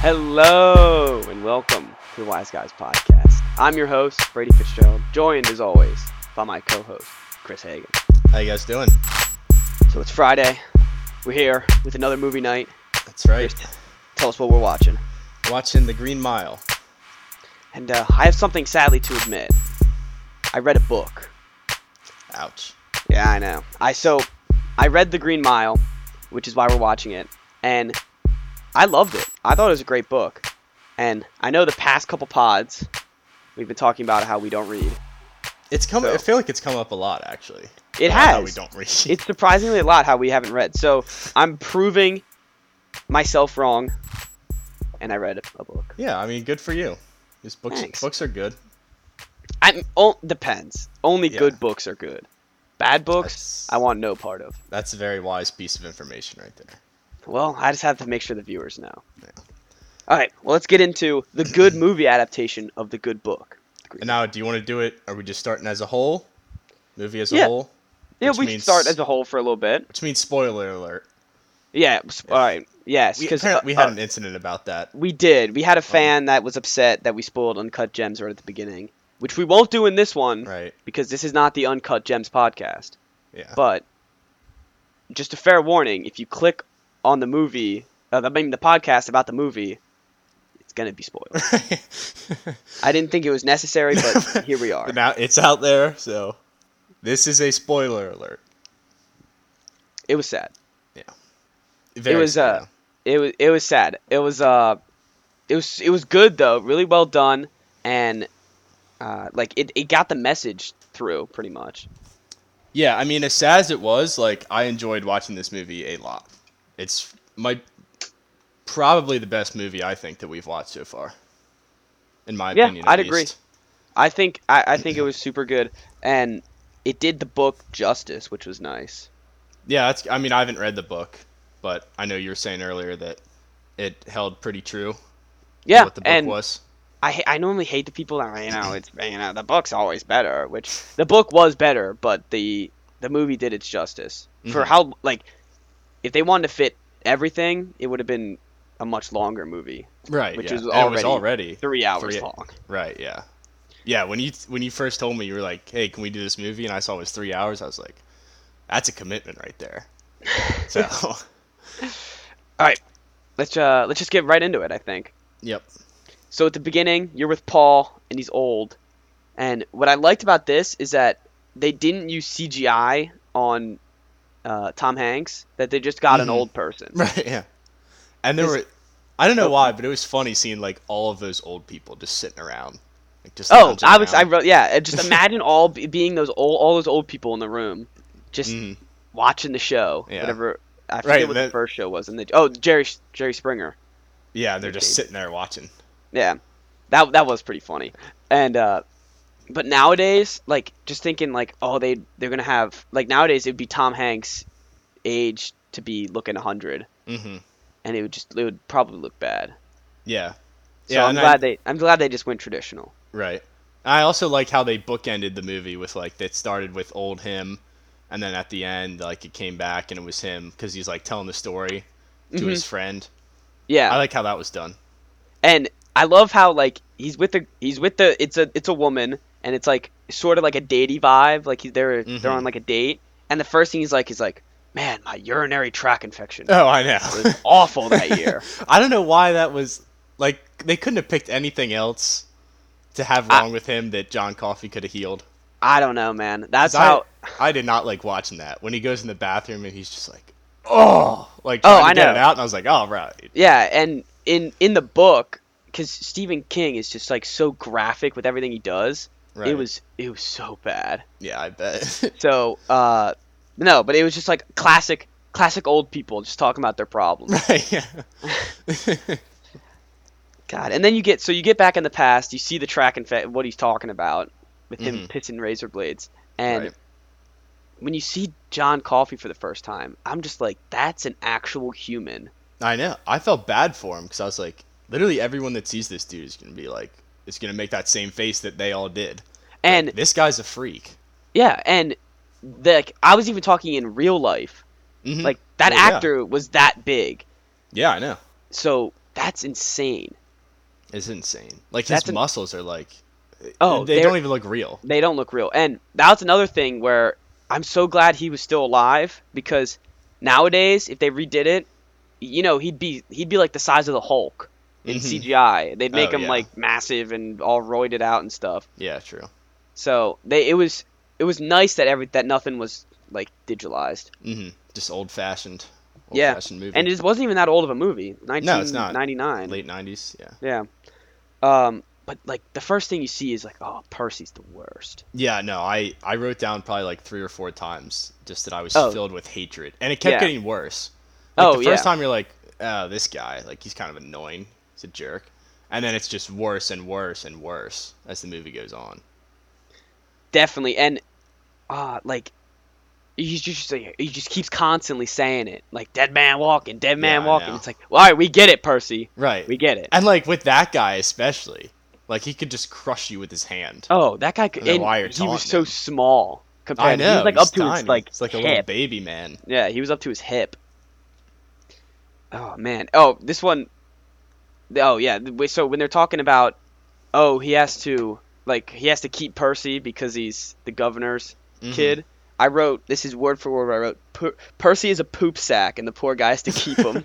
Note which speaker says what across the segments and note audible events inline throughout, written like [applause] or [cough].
Speaker 1: Hello and welcome to the Wise Guys Podcast. I'm your host, Brady Fitzgerald, joined as always by my co host, Chris Hagan.
Speaker 2: How you guys doing?
Speaker 1: So it's Friday. We're here with another movie night.
Speaker 2: That's right.
Speaker 1: Tell us what we're watching.
Speaker 2: Watching The Green Mile.
Speaker 1: And uh, I have something sadly to admit. I read a book.
Speaker 2: Ouch.
Speaker 1: Yeah, I know. I so I read The Green Mile, which is why we're watching it, and I loved it. I thought it was a great book. And I know the past couple pods we've been talking about how we don't read.
Speaker 2: It's come.
Speaker 1: So-
Speaker 2: I feel like it's come up a lot actually.
Speaker 1: It
Speaker 2: Uh, how
Speaker 1: has.
Speaker 2: We don't read.
Speaker 1: It's surprisingly a lot how we haven't read. So I'm proving myself wrong, and I read a book.
Speaker 2: [laughs] yeah, I mean, good for you. These books
Speaker 1: Thanks.
Speaker 2: books are good.
Speaker 1: I'm oh, depends. Only
Speaker 2: Yeah.
Speaker 1: good books are good. Bad books,
Speaker 2: That's-
Speaker 1: I want no part of.
Speaker 2: That's a very wise piece of information right there.
Speaker 1: Well, I just have to make sure the viewers know.
Speaker 2: Yeah.
Speaker 1: All right, well, let's get into the
Speaker 2: [clears throat]
Speaker 1: good movie adaptation of the good book.
Speaker 2: And now, do you want to do it? Are we just starting as a whole? Movie as a
Speaker 1: Yeah.
Speaker 2: whole.
Speaker 1: Yeah,
Speaker 2: Which
Speaker 1: we should
Speaker 2: means-
Speaker 1: start as a whole for a little bit.
Speaker 2: Which means spoiler alert.
Speaker 1: Yeah. s- All right. Yes, uh,
Speaker 2: We,
Speaker 1: because
Speaker 2: apparently we had an incident about that.
Speaker 1: we did. We had a fan that was upset that we spoiled Uncut Gems right at the beginning, which we won't do in this one,
Speaker 2: Right.
Speaker 1: Because this is not the Uncut Gems podcast.
Speaker 2: Yeah.
Speaker 1: But just a fair warning: if you click on the movie, uh, the, I mean the podcast about the movie, it's gonna be spoiled. I didn't think it was necessary, but here we are.
Speaker 2: But now it's out there, so this is a spoiler alert.
Speaker 1: It was sad.
Speaker 2: Very
Speaker 1: was,
Speaker 2: sad,
Speaker 1: uh, It was it was sad. It was uh, it was it was good though. Really well done, and uh, like it, it got the message through pretty much.
Speaker 2: Yeah, I mean, as sad as it was, like I enjoyed watching this movie a lot. It's my probably the best movie I think that we've watched so far, in my
Speaker 1: Yeah,
Speaker 2: opinion. at
Speaker 1: I'd agree.
Speaker 2: least.
Speaker 1: I think I, I think it was super good, and it did the book justice, which was nice.
Speaker 2: Yeah, that's, I mean, I haven't read the book, but I know you were saying earlier that it held pretty true. to
Speaker 1: Yeah,
Speaker 2: what the book
Speaker 1: and
Speaker 2: was.
Speaker 1: I ha- I normally hate the people that are, you know it's you know the book's always better, which the book was better, but the the movie did its justice for
Speaker 2: Mhm.
Speaker 1: how like if they wanted to fit everything, it would have been a much longer movie,
Speaker 2: Right.
Speaker 1: which
Speaker 2: yeah.
Speaker 1: is
Speaker 2: and it
Speaker 1: already-
Speaker 2: was already
Speaker 1: three hours
Speaker 2: Three-
Speaker 1: long.
Speaker 2: Right. Yeah. Yeah. When you when you first told me you were like, "Hey, can we do this movie?" and I saw it was three hours, I was like, "That's a commitment
Speaker 1: [laughs]
Speaker 2: right there." So, [laughs]
Speaker 1: All right, let's uh let's just get right into it. I think.
Speaker 2: yep.
Speaker 1: So at the beginning, you're with Paul, and he's old. And what I liked about this is that they didn't use CGI on uh, Tom Hanks; that they just got an
Speaker 2: Mhm.
Speaker 1: old person.
Speaker 2: [laughs] Right. Yeah. And there
Speaker 1: Is- Oh.
Speaker 2: were, I don't know why, but it was funny seeing like all of those old people just sitting around, like just.
Speaker 1: Oh,
Speaker 2: lounging
Speaker 1: I was, I
Speaker 2: around.
Speaker 1: wrote, yeah. and
Speaker 2: [laughs]
Speaker 1: Just imagine all be- being those old, all those old people in the room, just
Speaker 2: Mhm.
Speaker 1: watching the show.
Speaker 2: Yeah.
Speaker 1: Whatever. I forget
Speaker 2: Right,
Speaker 1: what the
Speaker 2: that-
Speaker 1: first show was, and they oh Jerry Jerry Springer.
Speaker 2: Yeah, they're just
Speaker 1: Okay.
Speaker 2: sitting there watching.
Speaker 1: Yeah, that that was pretty funny. And uh, but nowadays, like just thinking like, oh, they they're gonna have like nowadays it'd be Tom Hanks' age to be looking hundred,
Speaker 2: hmm
Speaker 1: and it would just it would probably look bad.
Speaker 2: Yeah.
Speaker 1: So
Speaker 2: yeah.
Speaker 1: I'm
Speaker 2: and I-
Speaker 1: glad they I'm glad they just went traditional.
Speaker 2: Right. I also like how they bookended the movie with like it started with old him, and then at the end like it came back and it was him because he's like telling the story to his
Speaker 1: Mm-hmm.
Speaker 2: friend.
Speaker 1: Yeah,
Speaker 2: I like how that was done.
Speaker 1: and I love how like he's with the he's with the it's a it's a woman and it's like sort of like a datey vibe like he's they're they're on
Speaker 2: Mhm.
Speaker 1: like a date and the first thing he's like he's like man my urinary tract
Speaker 2: [laughs]
Speaker 1: infection
Speaker 2: Oh, I
Speaker 1: was
Speaker 2: know.
Speaker 1: awful that year
Speaker 2: I don't know why that was like they couldn't have picked anything else to have
Speaker 1: I-
Speaker 2: wrong with him that John Coffey could have healed.
Speaker 1: I don't know man that's
Speaker 2: 'Cause I-
Speaker 1: how
Speaker 2: I did not like watching that when he goes in the bathroom and he's just like, oh, like trying to
Speaker 1: I
Speaker 2: get
Speaker 1: know.
Speaker 2: it out, and I was like, oh right,
Speaker 1: Yeah, and in in the book, because Stephen King is just like so graphic with everything he does.
Speaker 2: right.
Speaker 1: It was it was so bad.
Speaker 2: yeah, I bet. [laughs]
Speaker 1: So uh, no, but it was just like classic classic old people just talking about their problems.
Speaker 2: right, yeah.
Speaker 1: God, and then you get so you get back in the past, you see the track and fa- what he's talking about with him
Speaker 2: Mhm.
Speaker 1: pissing razor blades, and
Speaker 2: Right.
Speaker 1: when you see John Coffey for the first time, I'm just like, that's an actual human.
Speaker 2: I know. I felt bad for him because I was like, literally everyone that sees this dude is gonna be like, is gonna make that same face that they all did.
Speaker 1: And
Speaker 2: Like, this guy's a freak.
Speaker 1: yeah, and the, like I was even talking in real life.
Speaker 2: Mhm.
Speaker 1: Like that
Speaker 2: Well, yeah.
Speaker 1: actor was that big.
Speaker 2: yeah, I know.
Speaker 1: So That's insane.
Speaker 2: It's insane. Like his
Speaker 1: That's an-
Speaker 2: muscles are like.
Speaker 1: Oh,
Speaker 2: they
Speaker 1: they're-
Speaker 2: don't even look real.
Speaker 1: They don't look real. And that's another thing where I'm so glad he was still alive because nowadays, if they redid it, you know, he'd be he'd be like the size of the Hulk in
Speaker 2: Mhm.
Speaker 1: CGI. They'd make
Speaker 2: Oh,
Speaker 1: him
Speaker 2: yeah.
Speaker 1: like massive and all roided out and stuff.
Speaker 2: Yeah, true.
Speaker 1: So they it was it was nice that every that nothing was like digitalized.
Speaker 2: hmm Just old fashioned. Old
Speaker 1: Yeah,
Speaker 2: fashioned movie.
Speaker 1: And it wasn't even that old of a movie.
Speaker 2: No, it's not.
Speaker 1: 1999.
Speaker 2: late nineties. Yeah.
Speaker 1: Yeah. Um, but like the first thing you see is like, oh, Percy's the worst.
Speaker 2: Yeah. No, I I wrote down probably like three or four times just that I was
Speaker 1: Oh.
Speaker 2: filled with hatred, and it kept
Speaker 1: Yeah.
Speaker 2: getting worse. Like,
Speaker 1: Oh,
Speaker 2: the first
Speaker 1: yeah.
Speaker 2: time you're like, oh, this guy, like he's kind of annoying. He's a jerk. And then it's just worse and worse and worse as the movie goes on.
Speaker 1: Definitely. And uh like he's just like, he just keeps constantly saying it, like dead man walking, dead man
Speaker 2: Yeah, I
Speaker 1: walking.
Speaker 2: know.
Speaker 1: It's like, well, all right, we get it, Percy.
Speaker 2: Right.
Speaker 1: We get it.
Speaker 2: And like with that guy especially, like he could just crush you with his hand.
Speaker 1: Oh, that guy. Could,
Speaker 2: I don't know
Speaker 1: and
Speaker 2: why you're
Speaker 1: he was
Speaker 2: taunting
Speaker 1: so
Speaker 2: him.
Speaker 1: small compared.
Speaker 2: I know.
Speaker 1: He was like
Speaker 2: he's
Speaker 1: up to his
Speaker 2: tiny.
Speaker 1: like,
Speaker 2: It's like a little
Speaker 1: hip.
Speaker 2: baby man.
Speaker 1: Yeah, he was up to his hip. Oh man. Oh, this one Oh yeah. th- wait, So when they're talking about, oh, he has to like he has to keep Percy because he's the governor's
Speaker 2: Mhm.
Speaker 1: kid. I wrote this is word for word. What I wrote per- Percy is a poop sack, and the poor guy has to keep
Speaker 2: [laughs]
Speaker 1: him.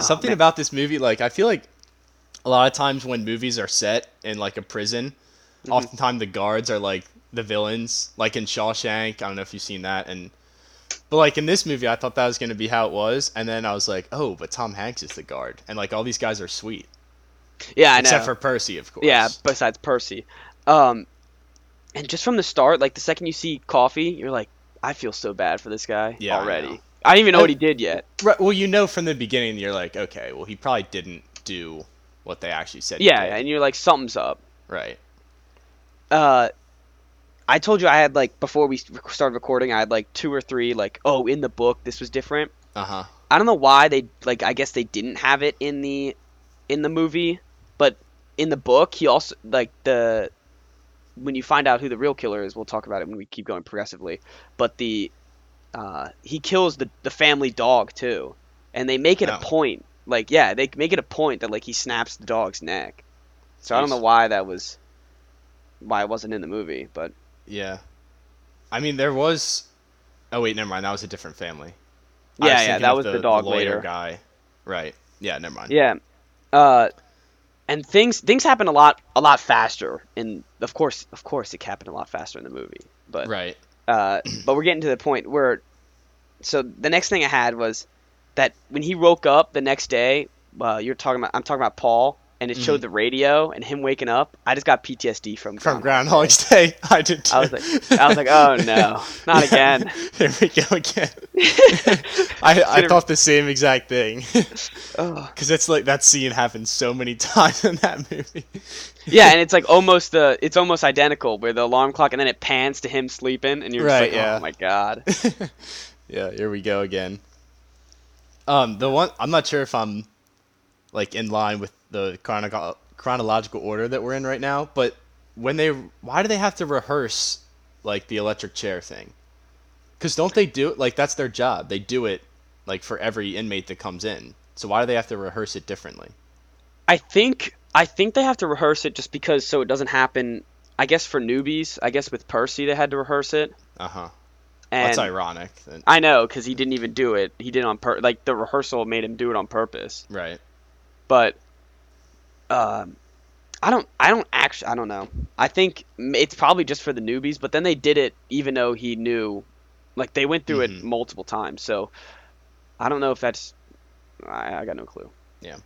Speaker 2: Something
Speaker 1: Oh, man.
Speaker 2: about this movie, like I feel like a lot of times when movies are set in like a prison,
Speaker 1: Mm-hmm.
Speaker 2: oftentimes the guards are like the villains. Like in Shawshank, I don't know if you've seen that, and but like in this movie, I thought that was gonna be how it was, and then I was like, oh, but Tom Hanks is the guard, and like all these guys are sweet,
Speaker 1: yeah, I know.
Speaker 2: except for Percy, of course.
Speaker 1: yeah, besides Percy, um, and just from the start, like the second you see Coffee, you're like, I feel so bad for this guy
Speaker 2: Yeah, I
Speaker 1: already.
Speaker 2: know.
Speaker 1: I didn't even know
Speaker 2: I-
Speaker 1: what he did yet.
Speaker 2: Right, well, you know from the beginning, you're like, okay, well, he probably didn't do what they actually said. he
Speaker 1: Yeah,
Speaker 2: did.
Speaker 1: and you're like, something's up.
Speaker 2: right.
Speaker 1: uh I told you I had like before we rec- started recording, I had like two or three like oh in the book this was different.
Speaker 2: Uh huh.
Speaker 1: I don't know why they like I guess they didn't have it in the in the movie, but in the book he also like the when you find out who the real killer is, we'll talk about it when we keep going progressively. But the uh, he kills the the family dog too, and they make it
Speaker 2: Oh.
Speaker 1: a point like yeah they make it a point that like he snaps the dog's neck. So I don't
Speaker 2: Jeez.
Speaker 1: know why that was why it wasn't in the movie, but
Speaker 2: Yeah. I mean, there was. Oh wait, never mind. That was a different family. I
Speaker 1: Yeah,
Speaker 2: was
Speaker 1: yeah,
Speaker 2: thinking
Speaker 1: that
Speaker 2: of
Speaker 1: was the dog
Speaker 2: lawyer
Speaker 1: later.
Speaker 2: guy. Right. Yeah, never mind.
Speaker 1: Yeah. Uh, and things things happen a lot a lot faster, and of course of course it happened a lot faster in the movie. But
Speaker 2: Right.
Speaker 1: uh, but we're getting to the point where, so the next thing I had was that when he woke up the next day, uh, you're talking about I'm talking about Paul, and it showed the radio and him waking up. I just got PTSD from Groundhog.
Speaker 2: From Groundhog's Day, [laughs] I did. Too.
Speaker 1: I was like I was
Speaker 2: [laughs]
Speaker 1: like oh no not again.
Speaker 2: Here we go
Speaker 1: [laughs]
Speaker 2: again. I, I
Speaker 1: Consider-
Speaker 2: thought the same exact thing [laughs]
Speaker 1: Ugh.
Speaker 2: because it's like that scene happened so many [laughs] times in that movie.
Speaker 1: Yeah, and it's like almost the it's almost identical where the alarm clock and then it pans to him sleeping and you're just like,
Speaker 2: Right, yeah.
Speaker 1: Oh my god.
Speaker 2: Yeah, here we go again. Um, the one I'm not sure if I'm like in line with the chrono- chronological order that we're in right now, but when they why do they have to rehearse like the electric chair thing? Cuz don't they do it like that's their job. They do it like for every inmate that comes in. So why do they have to rehearse it differently?
Speaker 1: I think I think they have to rehearse it just because so it doesn't happen I guess for newbies, I guess with Percy they had to rehearse it.
Speaker 2: Uh-huh.
Speaker 1: And
Speaker 2: That's ironic. then.
Speaker 1: I know cuz he didn't even do it. He did it on pur- like the rehearsal made him do it on purpose.
Speaker 2: Right.
Speaker 1: But um I don't I don't actually I don't know. I think m- it's probably just for the newbies, but then they did it even though he knew like they went through
Speaker 2: Mhm.
Speaker 1: it multiple times. So I don't know if that's I, I got no clue.
Speaker 2: Yeah.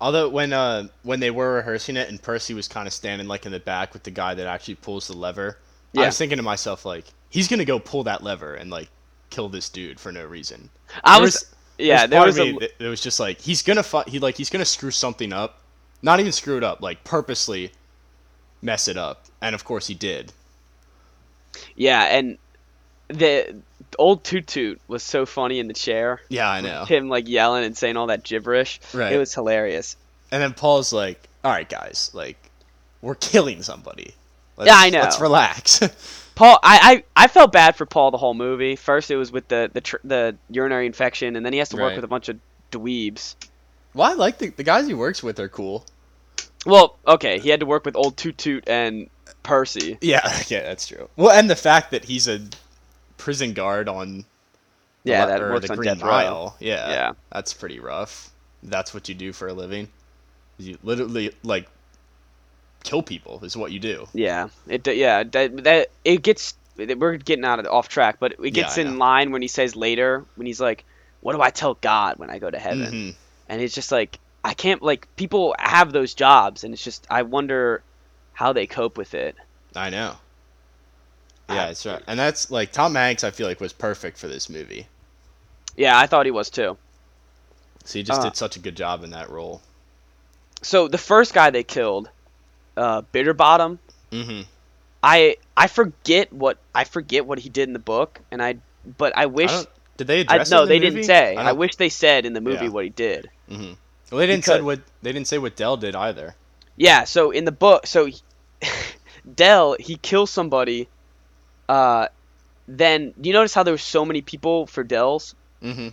Speaker 2: Although when uh when they were rehearsing it and Percy was kind of standing like in the back with the guy that actually pulls the lever, I
Speaker 1: Yeah.
Speaker 2: was thinking to myself like he's gonna go pull that lever and like kill this dude for no reason.
Speaker 1: I
Speaker 2: There
Speaker 1: was, yeah,
Speaker 2: there's
Speaker 1: there
Speaker 2: part
Speaker 1: was
Speaker 2: of
Speaker 1: a
Speaker 2: me that- that was just like he's gonna fu- he like he's gonna screw something up, not even screw it up like purposely mess it up, and of course he did.
Speaker 1: Yeah, and the old Toot Toot was so funny in the chair.
Speaker 2: Yeah, I know.
Speaker 1: Him like yelling and saying all that gibberish.
Speaker 2: Right.
Speaker 1: It was hilarious.
Speaker 2: And then Paul's like, "All right, guys, like we're killing somebody. Let's,
Speaker 1: Yeah, I know.
Speaker 2: Let's relax." [laughs]
Speaker 1: Paul, I, I, I felt bad for Paul the whole movie. First, it was with the the, tr- the urinary infection, and then he has to work
Speaker 2: Right.
Speaker 1: with a bunch of dweebs.
Speaker 2: Well, I like the the guys he works with are cool.
Speaker 1: Well, okay, he had to work with old Toot Toot and Percy.
Speaker 2: Yeah, [laughs] yeah, that's true. Well, and the fact that he's a prison guard on the
Speaker 1: Yeah,
Speaker 2: le-
Speaker 1: that
Speaker 2: or
Speaker 1: works
Speaker 2: the
Speaker 1: on
Speaker 2: Green
Speaker 1: death row.
Speaker 2: Mile. Yeah,
Speaker 1: Yeah.
Speaker 2: that's pretty rough. That's what you do for a living. You literally like kill people is what you do.
Speaker 1: Yeah, it d- yeah that, that it gets we're getting out of off track, but it gets
Speaker 2: I
Speaker 1: in
Speaker 2: know.
Speaker 1: line when he says later when he's like, "What do I tell God when I go to heaven?"
Speaker 2: Mhm.
Speaker 1: And it's just like I can't like people have those jobs, and it's just I wonder how they cope with it.
Speaker 2: I know.
Speaker 1: I- Ah,
Speaker 2: Yeah, it's right. And that's like Tom Hanks. I feel like was perfect for this movie.
Speaker 1: Yeah, I thought he was too.
Speaker 2: So he just
Speaker 1: Uh.
Speaker 2: did such a good job in that role.
Speaker 1: So the first guy they killed, uh, Bitterbottom,
Speaker 2: Mm-hmm.
Speaker 1: I I forget what I forget what he did in the book, and I but I wish
Speaker 2: did they
Speaker 1: I,
Speaker 2: address? it
Speaker 1: no
Speaker 2: in
Speaker 1: they
Speaker 2: the
Speaker 1: didn't
Speaker 2: movie?
Speaker 1: say. I,
Speaker 2: don't-
Speaker 1: wish they said in the movie
Speaker 2: Yeah.
Speaker 1: what he did.
Speaker 2: mhm. Well, they didn't say
Speaker 1: Because-
Speaker 2: what they didn't say what Dell did either.
Speaker 1: Yeah, so in the book, so he- [laughs] Dell he kills somebody. Uh, then you notice how there were so many people for Dell's
Speaker 2: Mm-hmm.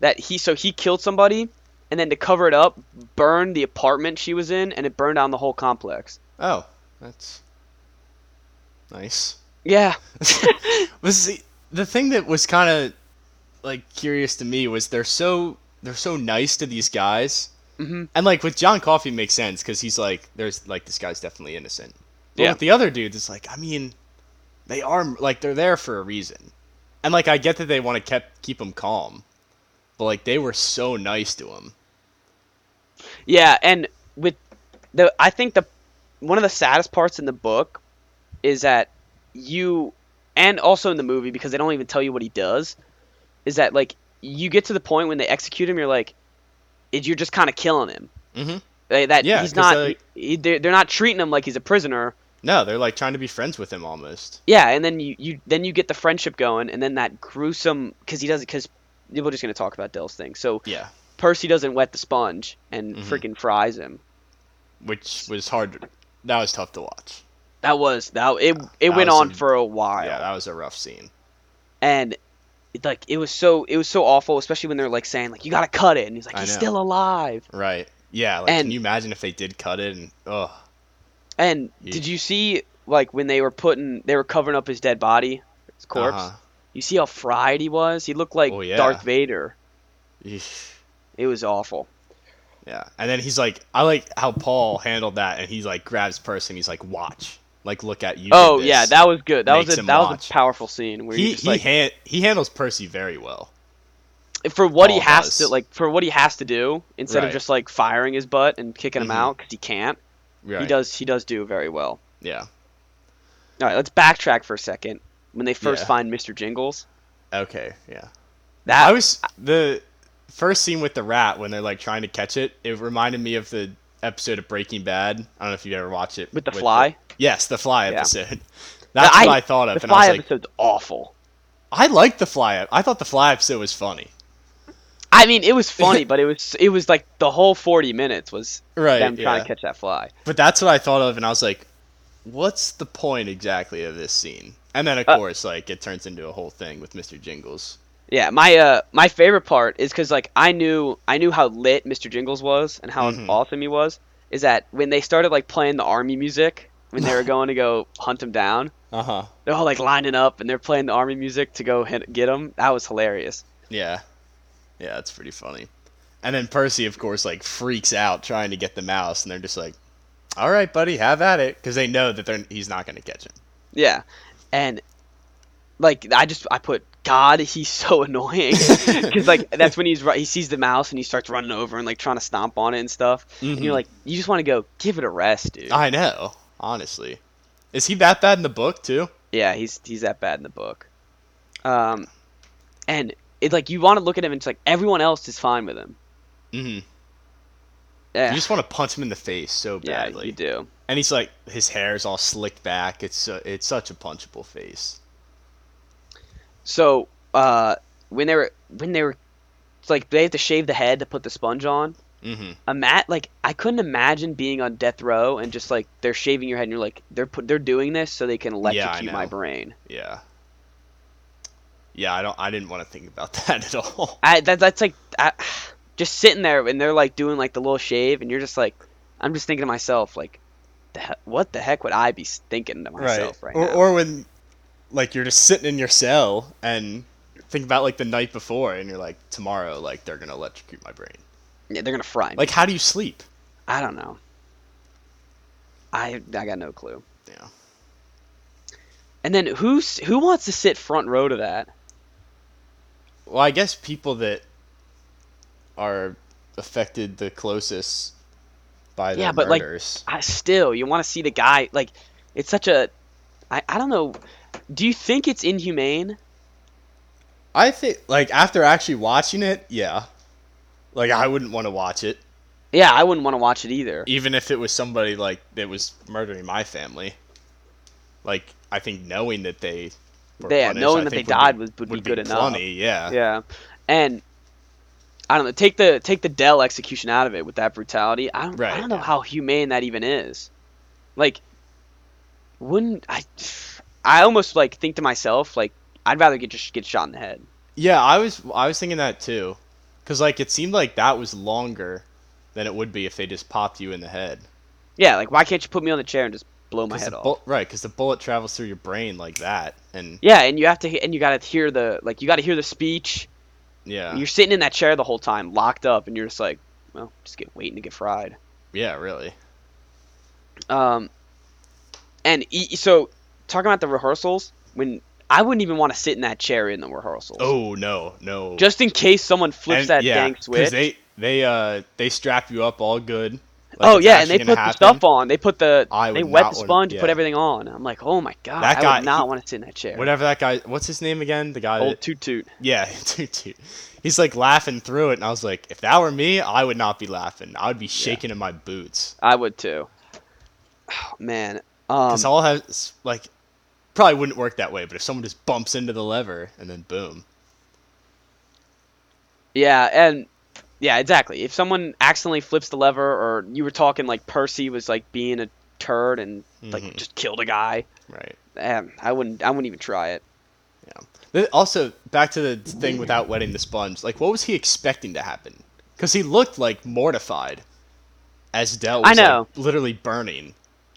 Speaker 1: that he so he killed somebody, and then to cover it up, burned the apartment she was in, and it burned down the whole complex.
Speaker 2: Oh, that's nice.
Speaker 1: Yeah,
Speaker 2: But see, the thing that was kind of like curious to me was they're so they're so nice to these guys,
Speaker 1: Mhm.
Speaker 2: and like with John Coffey makes sense because he's like there's like this guy's definitely innocent. But
Speaker 1: Yeah.
Speaker 2: with the other dudes, it's like I mean, they are like they're there for a reason, and like I get that they want to kept keep him calm, but like they were so nice to him.
Speaker 1: yeah, and with the I think the one of the saddest parts in the book is that you and also in the movie because they don't even tell you what he does is that like you get to the point when they execute him you're like it, you're just kind of killing him
Speaker 2: Mm-hmm.
Speaker 1: They- that
Speaker 2: Yeah,
Speaker 1: he's
Speaker 2: 'cause
Speaker 1: not
Speaker 2: they-
Speaker 1: he- they're, they're not treating him like he's a prisoner
Speaker 2: No, they're like trying to be friends with him almost.
Speaker 1: yeah and then you, you then you get the friendship going and then that gruesome because he doesn't because we're just going to talk about dell's thing so
Speaker 2: Yeah,
Speaker 1: percy doesn't wet the sponge and
Speaker 2: Mm-hmm.
Speaker 1: freaking fries him
Speaker 2: which was hard. That was tough to watch.
Speaker 1: that was that it it
Speaker 2: That
Speaker 1: went
Speaker 2: was
Speaker 1: on
Speaker 2: some-
Speaker 1: for a while
Speaker 2: Yeah, that was a rough scene.
Speaker 1: and it, like it was so it was so awful especially when they're like saying like you gotta cut it and he's like
Speaker 2: I
Speaker 1: he's
Speaker 2: know.
Speaker 1: still alive
Speaker 2: Right. Yeah. Like, can
Speaker 1: And-
Speaker 2: you imagine if they did cut it? And ugh.
Speaker 1: and
Speaker 2: Ye-
Speaker 1: did you see like when they were putting they were covering up his dead body his corpse
Speaker 2: Uh-huh.
Speaker 1: you see how fried he was he looked like
Speaker 2: Oh, yeah.
Speaker 1: darth vader
Speaker 2: Eesh.
Speaker 1: it was awful
Speaker 2: Yeah. And then he's like, I like how Paul handled that, and he like grabs person. He's like, watch, like look at you. did
Speaker 1: oh yeah
Speaker 2: this."
Speaker 1: that was good that was
Speaker 2: Makes
Speaker 1: a
Speaker 2: him
Speaker 1: that was
Speaker 2: watch.
Speaker 1: a powerful scene where
Speaker 2: he
Speaker 1: you just
Speaker 2: he
Speaker 1: like
Speaker 2: han- he handles Percy very well.
Speaker 1: for what he
Speaker 2: Paul
Speaker 1: has
Speaker 2: does.
Speaker 1: to like for what he has to do instead of
Speaker 2: Oh, Right.
Speaker 1: just like firing his butt and kicking him
Speaker 2: Mhm.
Speaker 1: out because he can't
Speaker 2: Right.
Speaker 1: he does he does do very well
Speaker 2: Yeah.
Speaker 1: all right let's backtrack for a second when they first
Speaker 2: Yeah.
Speaker 1: find mr jingles
Speaker 2: Okay. Yeah.
Speaker 1: that
Speaker 2: I was the first scene with the rat when they're like trying to catch it. It reminded me of the episode of Breaking Bad. I don't know if you ever watched it.
Speaker 1: With the fly?
Speaker 2: yes, the fly
Speaker 1: Yeah.
Speaker 2: episode. [laughs] That's what I thought of,
Speaker 1: The
Speaker 2: and I was
Speaker 1: fly
Speaker 2: like,
Speaker 1: episode's awful.
Speaker 2: I liked the fly. ep- I thought the fly episode was funny.
Speaker 1: I mean, it was
Speaker 2: [laughs]
Speaker 1: funny, but it was it was like the whole forty minutes was
Speaker 2: Right,
Speaker 1: them trying
Speaker 2: yeah.
Speaker 1: to catch that fly.
Speaker 2: But that's what I thought of, and I was like, what's the point exactly of this scene? And then, of
Speaker 1: Uh,
Speaker 2: course, like, it turns into a whole thing with Mr. Jingles.
Speaker 1: Yeah, my uh my favorite part is because like I knew I knew how lit Mr. Jingles was and how
Speaker 2: Mhm.
Speaker 1: awesome he was. Is that when they started like playing the army music when
Speaker 2: [laughs]
Speaker 1: they were going to go hunt him down?
Speaker 2: Uh huh.
Speaker 1: They're all like lining up and they're playing the army music to go hit, get him. That was hilarious.
Speaker 2: Yeah. Yeah, that's pretty funny. And then Percy, of course, like, freaks out trying to get the mouse, and they're just like, all right, buddy, have at it. Because they know that they're, he's not going to catch him.
Speaker 1: Yeah, and like I just I put God, he's so [laughs]
Speaker 2: [laughs]
Speaker 1: annoying because like that's when he's ru- he sees the mouse and he starts running over and like trying to stomp on it and stuff. And
Speaker 2: Mhm.
Speaker 1: you're like, you just want to go give it a rest, dude.
Speaker 2: I know, honestly. Is he that bad in the book, too?
Speaker 1: yeah, he's he's that bad in the book. Um, and it like you want to look at him and it's like everyone else is fine with him.
Speaker 2: Mm hmm.
Speaker 1: Yeah,
Speaker 2: You just want to punch him in the face so
Speaker 1: yeah,
Speaker 2: badly.
Speaker 1: you do.
Speaker 2: and he's like his hair is all slicked back. It's uh, it's such a punchable face.
Speaker 1: So uh, when they were when they were it's like they have to shave the head to put the sponge on.
Speaker 2: Mm-hmm.
Speaker 1: Ima- like I couldn't imagine being on death row and just like they're shaving your head and you're like they're put, they're doing this so they can electrocute my
Speaker 2: know.
Speaker 1: brain.
Speaker 2: Yeah. Yeah, I don't. I didn't want to think about [laughs] that at all.
Speaker 1: I that, that's like I, [sighs] just sitting there and they're like doing like the little shave and you're just like I'm just thinking to myself like the he- what the heck would I be s- thinking to myself right,
Speaker 2: or
Speaker 1: now?
Speaker 2: or when, like, you're just sitting in your cell and think about like the night before, and you're like, tomorrow, like they're gonna electrocute my brain.
Speaker 1: Yeah, they're gonna fry me.
Speaker 2: Like, how do you sleep?
Speaker 1: I don't know. I I got no clue.
Speaker 2: Yeah.
Speaker 1: And then who's who wants to sit front row to that?
Speaker 2: Well, I guess people that are affected the closest by the
Speaker 1: Yeah, but, like,
Speaker 2: murders.
Speaker 1: I still you want to see the guy like it's such a I, I don't know. Do you think it's inhumane?
Speaker 2: I think, like, after actually watching it, yeah. Like, I wouldn't want to watch it,
Speaker 1: Yeah, I wouldn't want to watch it either.
Speaker 2: even if it was somebody like that was murdering my family. Like, I think knowing that they, were
Speaker 1: Yeah,
Speaker 2: punished,
Speaker 1: knowing
Speaker 2: I
Speaker 1: that
Speaker 2: think
Speaker 1: they
Speaker 2: would
Speaker 1: died would- would be good enough.
Speaker 2: funny, Yeah.
Speaker 1: Yeah. And I don't know, take the take the Dell execution out of it with that brutality. I don't I
Speaker 2: Right,
Speaker 1: don't know
Speaker 2: yeah.
Speaker 1: how humane that even is. Like wouldn't I I almost like think to myself like I'd rather get just get shot in the head.
Speaker 2: Yeah, I was I was thinking that too, because like it seemed like that was longer than it would be if they just popped you in the head.
Speaker 1: Yeah, like why can't you put me on the chair and just blow my
Speaker 2: 'Cause
Speaker 1: head
Speaker 2: the
Speaker 1: off?
Speaker 2: bul- right, because the bullet travels through your brain like that, and
Speaker 1: yeah, and you have to he- and you got to hear the like you got to hear the speech.
Speaker 2: yeah,
Speaker 1: You're sitting in that chair the whole time, locked up, and you're just like, well, just get waiting to get fried.
Speaker 2: yeah, really.
Speaker 1: Um, and e- so talking about the rehearsals, when I wouldn't even want to sit in that chair in the rehearsals.
Speaker 2: Oh no, no.
Speaker 1: Just in case someone flips
Speaker 2: And-
Speaker 1: that
Speaker 2: yeah,
Speaker 1: dang
Speaker 2: 'cause
Speaker 1: switch.
Speaker 2: They they uh they strap you up all good. like
Speaker 1: oh
Speaker 2: it's
Speaker 1: yeah, and they put
Speaker 2: actually gonna
Speaker 1: the
Speaker 2: happen.
Speaker 1: stuff on. They put the
Speaker 2: I
Speaker 1: they
Speaker 2: would
Speaker 1: wet
Speaker 2: not
Speaker 1: the
Speaker 2: wanna-
Speaker 1: sponge, put
Speaker 2: yeah.
Speaker 1: everything on. I'm like, oh my god,
Speaker 2: That
Speaker 1: I
Speaker 2: guy,
Speaker 1: would not
Speaker 2: he-
Speaker 1: want to sit in that chair.
Speaker 2: Whatever that guy, what's his name again? The guy
Speaker 1: Old
Speaker 2: that
Speaker 1: toot toot.
Speaker 2: yeah, [laughs] dude, dude. he's like laughing through it, and I was like, if that were me, I would not be laughing. I would be shaking in my boots.
Speaker 1: I would too. [sighs] Oh, man, um,
Speaker 2: Because all has like probably wouldn't work that way, but if someone just bumps into the lever and then boom.
Speaker 1: Yeah, and yeah, exactly. If someone accidentally flips the lever, or you were talking like Percy was like being a turd and like
Speaker 2: Mhm.
Speaker 1: just killed a guy,
Speaker 2: Right.
Speaker 1: um, I wouldn't. I wouldn't even try it.
Speaker 2: Yeah. Then Also, back to the thing without wetting the sponge. Like, what was he expecting to happen? Because he looked like mortified, as Dell. Was,
Speaker 1: I know.
Speaker 2: like, literally burning.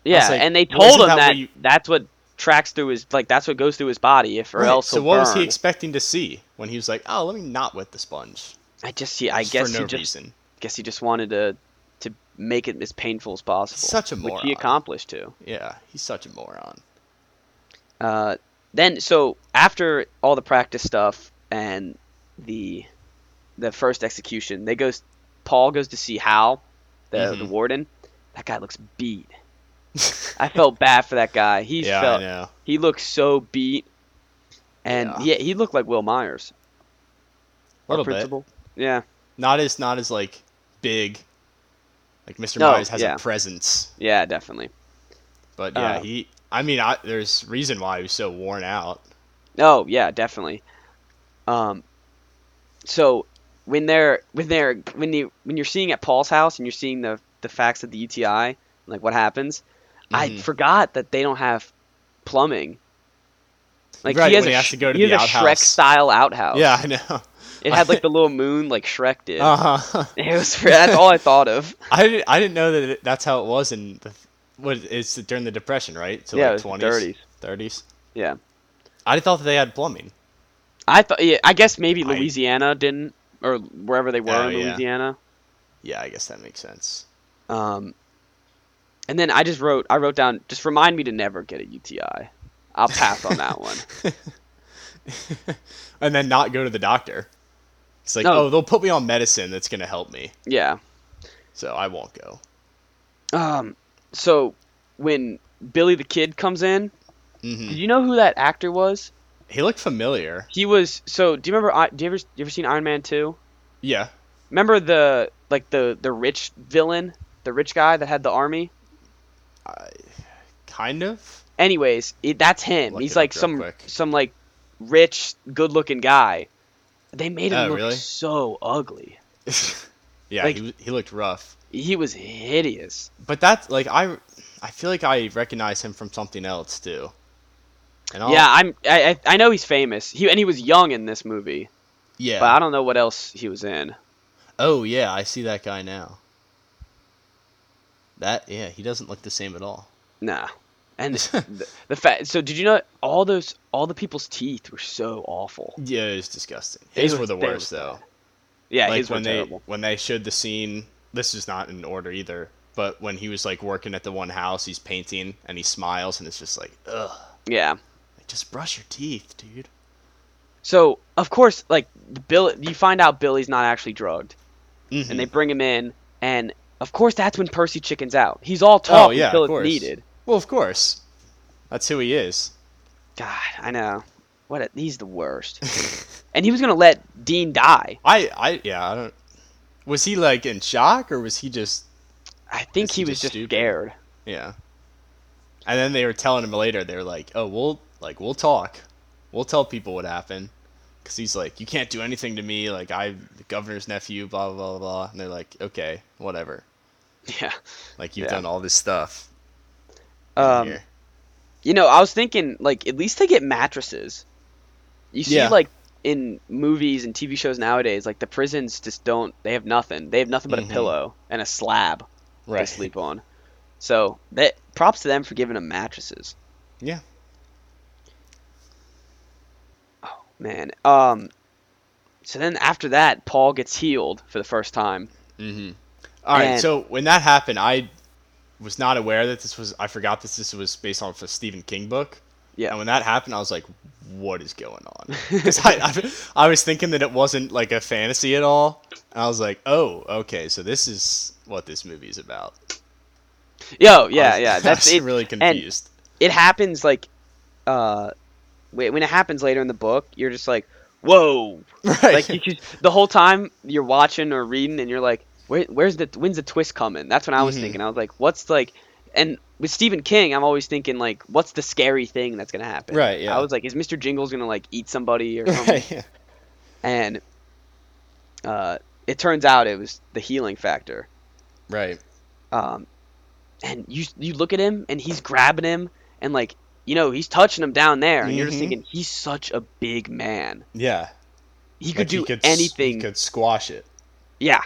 Speaker 1: Yeah,
Speaker 2: like,
Speaker 1: and they
Speaker 2: well, isn't
Speaker 1: told him
Speaker 2: that
Speaker 1: that,
Speaker 2: what you-
Speaker 1: that's what tracks through his like that's what goes through his body if or
Speaker 2: Right,
Speaker 1: else
Speaker 2: So
Speaker 1: he'll
Speaker 2: what was he
Speaker 1: burn.
Speaker 2: expecting to see when he was like, "Oh, let me not wet the sponge"?
Speaker 1: I just he. I
Speaker 2: Just
Speaker 1: guess
Speaker 2: for no
Speaker 1: he just
Speaker 2: reason.
Speaker 1: guess he just wanted to to make it as painful as possible.
Speaker 2: Such a
Speaker 1: Which he
Speaker 2: moron.
Speaker 1: accomplished too.
Speaker 2: Yeah, he's such a moron. [laughs]
Speaker 1: Uh, then so after all the practice stuff and the the first execution, they goes Paul goes to see Hal, the, the
Speaker 2: Mhm.
Speaker 1: warden. That guy looks beat. I felt bad for that guy. He
Speaker 2: yeah, I
Speaker 1: felt
Speaker 2: know.
Speaker 1: he looked so beat, and yeah,
Speaker 2: Yeah.
Speaker 1: he, looked like Will Myers,
Speaker 2: A
Speaker 1: our
Speaker 2: little bit.
Speaker 1: principal. Yeah,
Speaker 2: Not as not as like big. Like Mr.
Speaker 1: No,
Speaker 2: Myers has
Speaker 1: yeah.
Speaker 2: a presence.
Speaker 1: yeah, definitely.
Speaker 2: But yeah,
Speaker 1: Uh,
Speaker 2: he. I mean, I, there's reason why he was so worn out.
Speaker 1: Oh yeah, definitely. Um, so when they're when they're when you when you're seeing at Paul's house and you're seeing the the facts of the UTI, like what happens, I
Speaker 2: Mhm.
Speaker 1: forgot that they don't have plumbing. Like
Speaker 2: Right,
Speaker 1: he has
Speaker 2: when
Speaker 1: a,
Speaker 2: he has to go to
Speaker 1: he has
Speaker 2: the
Speaker 1: a Shrek
Speaker 2: outhouse.
Speaker 1: style outhouse.
Speaker 2: Yeah, I know.
Speaker 1: it had like the little moon like Shrek did.
Speaker 2: Uh huh.
Speaker 1: [laughs] It was that's all I thought of.
Speaker 2: I didn't. I didn't know that it, that's how it was in the. What it's during the depression, right? So
Speaker 1: Yeah, it was
Speaker 2: like
Speaker 1: the
Speaker 2: 20s,
Speaker 1: 30s.
Speaker 2: 30s.
Speaker 1: Yeah,
Speaker 2: I thought that they had plumbing.
Speaker 1: I thought. Yeah, I guess maybe
Speaker 2: I-
Speaker 1: Louisiana didn't, or wherever they were
Speaker 2: Oh,
Speaker 1: in
Speaker 2: yeah.
Speaker 1: Louisiana.
Speaker 2: Yeah, I guess that makes sense.
Speaker 1: Um, and then I just wrote, I wrote down, just remind me to never get a UTI. I'll pass on that
Speaker 2: [laughs]
Speaker 1: one.
Speaker 2: And then not go to the doctor. It's like,
Speaker 1: No.
Speaker 2: oh, they'll put me on medicine that's gonna help me,
Speaker 1: Yeah.
Speaker 2: so I won't go.
Speaker 1: Um, so when Billy the Kid comes in,
Speaker 2: hmm
Speaker 1: did you know who that actor was?
Speaker 2: He looked familiar.
Speaker 1: He was. So do you remember? I- Do you ever you ever seen Iron Man two?
Speaker 2: Yeah.
Speaker 1: Remember the like the the rich villain, the rich guy that had the army.
Speaker 2: I, kind of. [laughs]
Speaker 1: Anyways, it, that's him.
Speaker 2: Look
Speaker 1: He's
Speaker 2: it up
Speaker 1: like
Speaker 2: real
Speaker 1: some
Speaker 2: quick.
Speaker 1: some like rich, good looking guy. They made him
Speaker 2: Oh,
Speaker 1: look
Speaker 2: really?
Speaker 1: so ugly.
Speaker 2: Yeah,
Speaker 1: Like-
Speaker 2: he, was- he looked rough.
Speaker 1: He was hideous.
Speaker 2: But that's like I, I feel like I recognize him from something else too. And I'll-
Speaker 1: Yeah, I'm. I, I I know he's famous. He and he was young in this movie,
Speaker 2: yeah.
Speaker 1: but I don't know what else he was in.
Speaker 2: oh yeah, I see that guy now. That yeah, he doesn't look the same at all.
Speaker 1: Nah.
Speaker 2: [laughs]
Speaker 1: And the, the fact. So did you know all those all the people's teeth were so awful?
Speaker 2: Yeah, it was disgusting.
Speaker 1: His
Speaker 2: His were
Speaker 1: was-
Speaker 2: the
Speaker 1: they were
Speaker 2: worst though.
Speaker 1: Yeah,
Speaker 2: like
Speaker 1: his were
Speaker 2: when they
Speaker 1: terrible.
Speaker 2: when they showed the scene. This is not in order either. But when he was like working at the one house, he's painting and he smiles and it's just like, ugh,
Speaker 1: Yeah.
Speaker 2: like, just brush your teeth, dude.
Speaker 1: So of course, like Bill, you find out Billy's not actually drugged,
Speaker 2: Mhm.
Speaker 1: and they bring him in, and of course that's when Percy chickens out. He's all talk
Speaker 2: Oh, yeah,
Speaker 1: until
Speaker 2: of
Speaker 1: it's
Speaker 2: course.
Speaker 1: needed.
Speaker 2: Well, of course, that's who he is.
Speaker 1: God, I know. What a, he's the worst.
Speaker 2: [laughs]
Speaker 1: and he was gonna let Dean die.
Speaker 2: I, I, yeah, I don't. Was he like in shock or was he just,
Speaker 1: I think
Speaker 2: Is
Speaker 1: he
Speaker 2: he
Speaker 1: was
Speaker 2: just
Speaker 1: just
Speaker 2: stupid? [laughs]
Speaker 1: scared.
Speaker 2: yeah? And then they were telling him later. They were like, oh, we'll like we'll talk, we'll tell people what happened, because he's like, you can't do anything to me. Like I, the governor's nephew, blah blah blah blah. And they're like, okay, whatever.
Speaker 1: Yeah.
Speaker 2: Like you've
Speaker 1: Yeah.
Speaker 2: done all this stuff. in
Speaker 1: Um,
Speaker 2: here.
Speaker 1: You know, I was thinking like at least they get mattresses. You see
Speaker 2: Yeah.
Speaker 1: like in movies and TV shows nowadays, like the prisons just don't they have nothing. They have nothing but
Speaker 2: Mhm.
Speaker 1: a pillow and a slab
Speaker 2: right.
Speaker 1: to sleep on. So that props to them for giving them mattresses.
Speaker 2: Yeah.
Speaker 1: Man. Um so then after that, Paul gets healed for the first time.
Speaker 2: Mm-hmm. All right.
Speaker 1: And-
Speaker 2: So when that happened, I was not aware that this was. I forgot that this was based off a Stephen King book. And
Speaker 1: Yeah.
Speaker 2: when that happened, I was like, "What is going on?"
Speaker 1: [laughs]
Speaker 2: 'Cause I, I, I was thinking that it wasn't like a fantasy at all. And I was like, "Oh, okay. So this is what this movie is about."
Speaker 1: Yo,
Speaker 2: I [laughs]
Speaker 1: yeah,
Speaker 2: was-
Speaker 1: yeah. That's
Speaker 2: I was
Speaker 1: it.
Speaker 2: really
Speaker 1: and-
Speaker 2: confused. [laughs]
Speaker 1: it happens like uh wh- when it happens later in the book you're just like whoa
Speaker 2: right.
Speaker 1: like you just, the whole time you're watching or reading and you're like Where, where's the when's the twist coming that's what i was
Speaker 2: Mhm.
Speaker 1: thinking i was like what's like and with stephen king i'm always thinking like what's the scary thing that's gonna happen
Speaker 2: Right, yeah.
Speaker 1: i was like is mr jingles gonna like eat somebody or something
Speaker 2: [laughs] Right, yeah.
Speaker 1: and uh it turns out it was the healing factor
Speaker 2: Right.
Speaker 1: um, and you you look at him and he's grabbing him and like you know he's touching him down there and you're just
Speaker 2: Mhm.
Speaker 1: thinking he's such a big man.
Speaker 2: Yeah.
Speaker 1: He could
Speaker 2: Like,
Speaker 1: do
Speaker 2: s-
Speaker 1: anything.
Speaker 2: He could squash it.
Speaker 1: Yeah.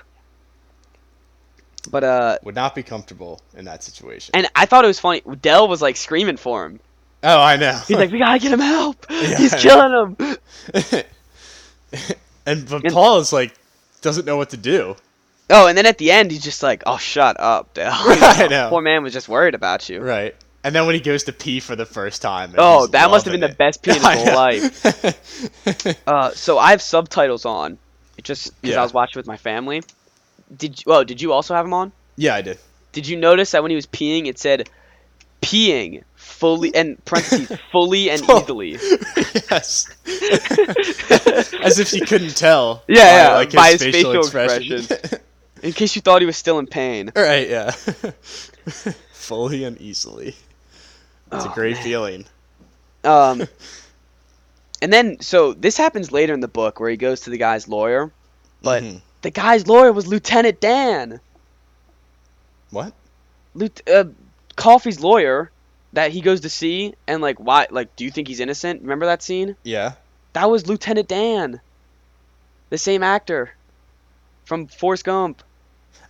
Speaker 1: But uh,
Speaker 2: Would not be comfortable in that situation.
Speaker 1: and I thought it was funny. Dell was like screaming for him.
Speaker 2: oh, I know.
Speaker 1: He's like, "We gotta get him
Speaker 2: [laughs]
Speaker 1: help! He's
Speaker 2: I know.
Speaker 1: killing him!"
Speaker 2: and but
Speaker 1: And-
Speaker 2: Paul is like doesn't know what to do.
Speaker 1: Oh, and then at the end, he's just like, "Oh, shut up, Dell." [laughs]
Speaker 2: [laughs] I know.
Speaker 1: Poor man was just worried about you.
Speaker 2: Right. And then when he goes to pee for the first time. and
Speaker 1: Oh,
Speaker 2: he's
Speaker 1: that must have been
Speaker 2: loving
Speaker 1: the best
Speaker 2: [laughs]
Speaker 1: pee in his whole
Speaker 2: I know.
Speaker 1: Uh, so I have subtitles on, it just because
Speaker 2: Yeah.
Speaker 1: I was watching with my family. Did you, oh, did you also have them on?
Speaker 2: yeah, I did.
Speaker 1: Did you notice that when he was peeing, it said peeing fully and
Speaker 2: [laughs]
Speaker 1: parentheses fully and
Speaker 2: Full.
Speaker 1: easily?
Speaker 2: yes. [laughs] As if she couldn't tell.
Speaker 1: Yeah, yeah,
Speaker 2: like his,
Speaker 1: by his
Speaker 2: facial,
Speaker 1: facial
Speaker 2: expression.
Speaker 1: In case you thought he was still in pain.
Speaker 2: All [laughs] right, yeah. [laughs] Fully and easily. It's a
Speaker 1: Oh,
Speaker 2: great
Speaker 1: man.
Speaker 2: feeling.
Speaker 1: Um, and then so this happens later in the book where he goes to the guy's lawyer, but
Speaker 2: Mhm.
Speaker 1: the guy's lawyer was Lieutenant Dan,
Speaker 2: what?
Speaker 1: Lieutenant uh, Coffee's lawyer that he goes to see and like why like do you think he's innocent? Remember that scene?
Speaker 2: Yeah.
Speaker 1: That was Lieutenant Dan, the same actor from Forrest Gump.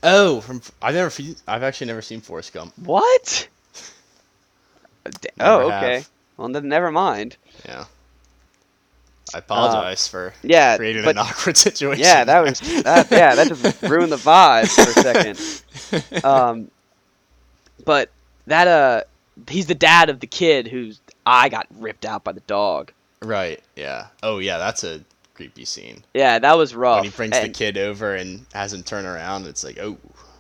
Speaker 2: Oh, from I've never fe- I've actually never seen Forrest Gump.
Speaker 1: What? Uh, d-
Speaker 2: Never
Speaker 1: oh,
Speaker 2: have.
Speaker 1: okay. Well, then never mind.
Speaker 2: Yeah. I apologize for
Speaker 1: Yeah,
Speaker 2: creating
Speaker 1: but
Speaker 2: an [laughs] awkward situation.
Speaker 1: yeah, that
Speaker 2: there.
Speaker 1: was that. Yeah, that just ruined the vibe for a second. Um, but that uh, he's the dad of the kid whose eye got ripped out by the dog.
Speaker 2: [laughs] Right. Yeah. Oh, yeah. That's a creepy scene
Speaker 1: Yeah, that was rough.
Speaker 2: when he brings the
Speaker 1: Oh, And-
Speaker 2: kid over and has him turn around. It's like, oh.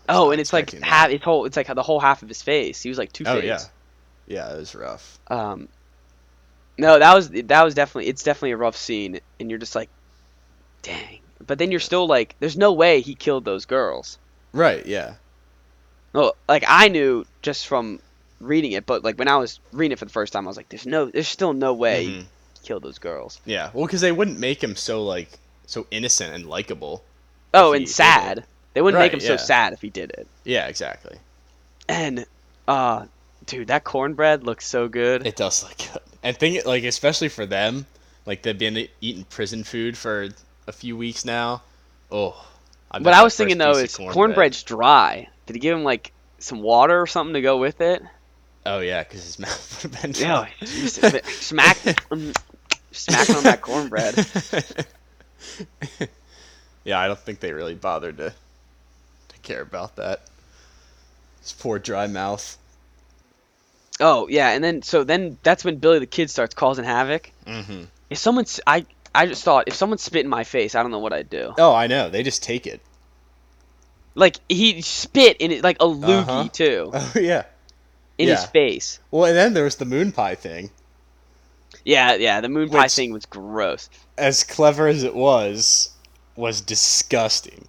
Speaker 1: Oh,
Speaker 2: not
Speaker 1: and it's like
Speaker 2: expecting that.
Speaker 1: half. It's whole. It's like the whole half of his face. He was like two
Speaker 2: Oh
Speaker 1: faced.
Speaker 2: yeah. Yeah, it was rough.
Speaker 1: Um, no, that was that was definitely it's definitely a rough scene, and you're just like, dang. But then you're still like, there's no way he killed those girls.
Speaker 2: Right. Yeah.
Speaker 1: Well, like I knew just from reading it, but like when I was reading it for the first time, I was like, there's no, there's still no way he
Speaker 2: Mhm.
Speaker 1: killed those girls.
Speaker 2: Yeah. Well, because they wouldn't make him so like so innocent and likable.
Speaker 1: Oh,
Speaker 2: he
Speaker 1: and
Speaker 2: did it.
Speaker 1: sad. They wouldn't make
Speaker 2: Right,
Speaker 1: him so
Speaker 2: yeah.
Speaker 1: sad if he did it.
Speaker 2: Yeah, exactly.
Speaker 1: And uh dude, that cornbread looks so good.
Speaker 2: It does look good. And think like especially for them, like they've been eating prison food for a few weeks now. Oh. bet
Speaker 1: what I
Speaker 2: that
Speaker 1: was thinking
Speaker 2: first
Speaker 1: though
Speaker 2: piece of
Speaker 1: is cornbread's dry. Did he give him like some water or something to go with it?
Speaker 2: Oh yeah, because his [laughs] mouth would have been.
Speaker 1: Yeah,
Speaker 2: dry.
Speaker 1: Oh, Jesus, man. smack, mm, smacking on that cornbread.
Speaker 2: [laughs] yeah, I don't think they really bothered to to care about that. His poor dry mouth.
Speaker 1: Oh yeah, and then so then that's when Billy the Kid starts causing havoc.
Speaker 2: Mm-hmm.
Speaker 1: If someone, s- I I just thought if someone spit in my face, I don't know what I'd do.
Speaker 2: Oh, I know. They just take it. [laughs]
Speaker 1: Like he spit in it, like a loogie
Speaker 2: Uh-huh.
Speaker 1: too,
Speaker 2: Oh yeah.
Speaker 1: in
Speaker 2: yeah.
Speaker 1: his face.
Speaker 2: Well, and then there was the moon pie thing.
Speaker 1: Yeah, yeah. The moon pie
Speaker 2: Which-
Speaker 1: thing was gross.
Speaker 2: As clever as it was, was disgusting.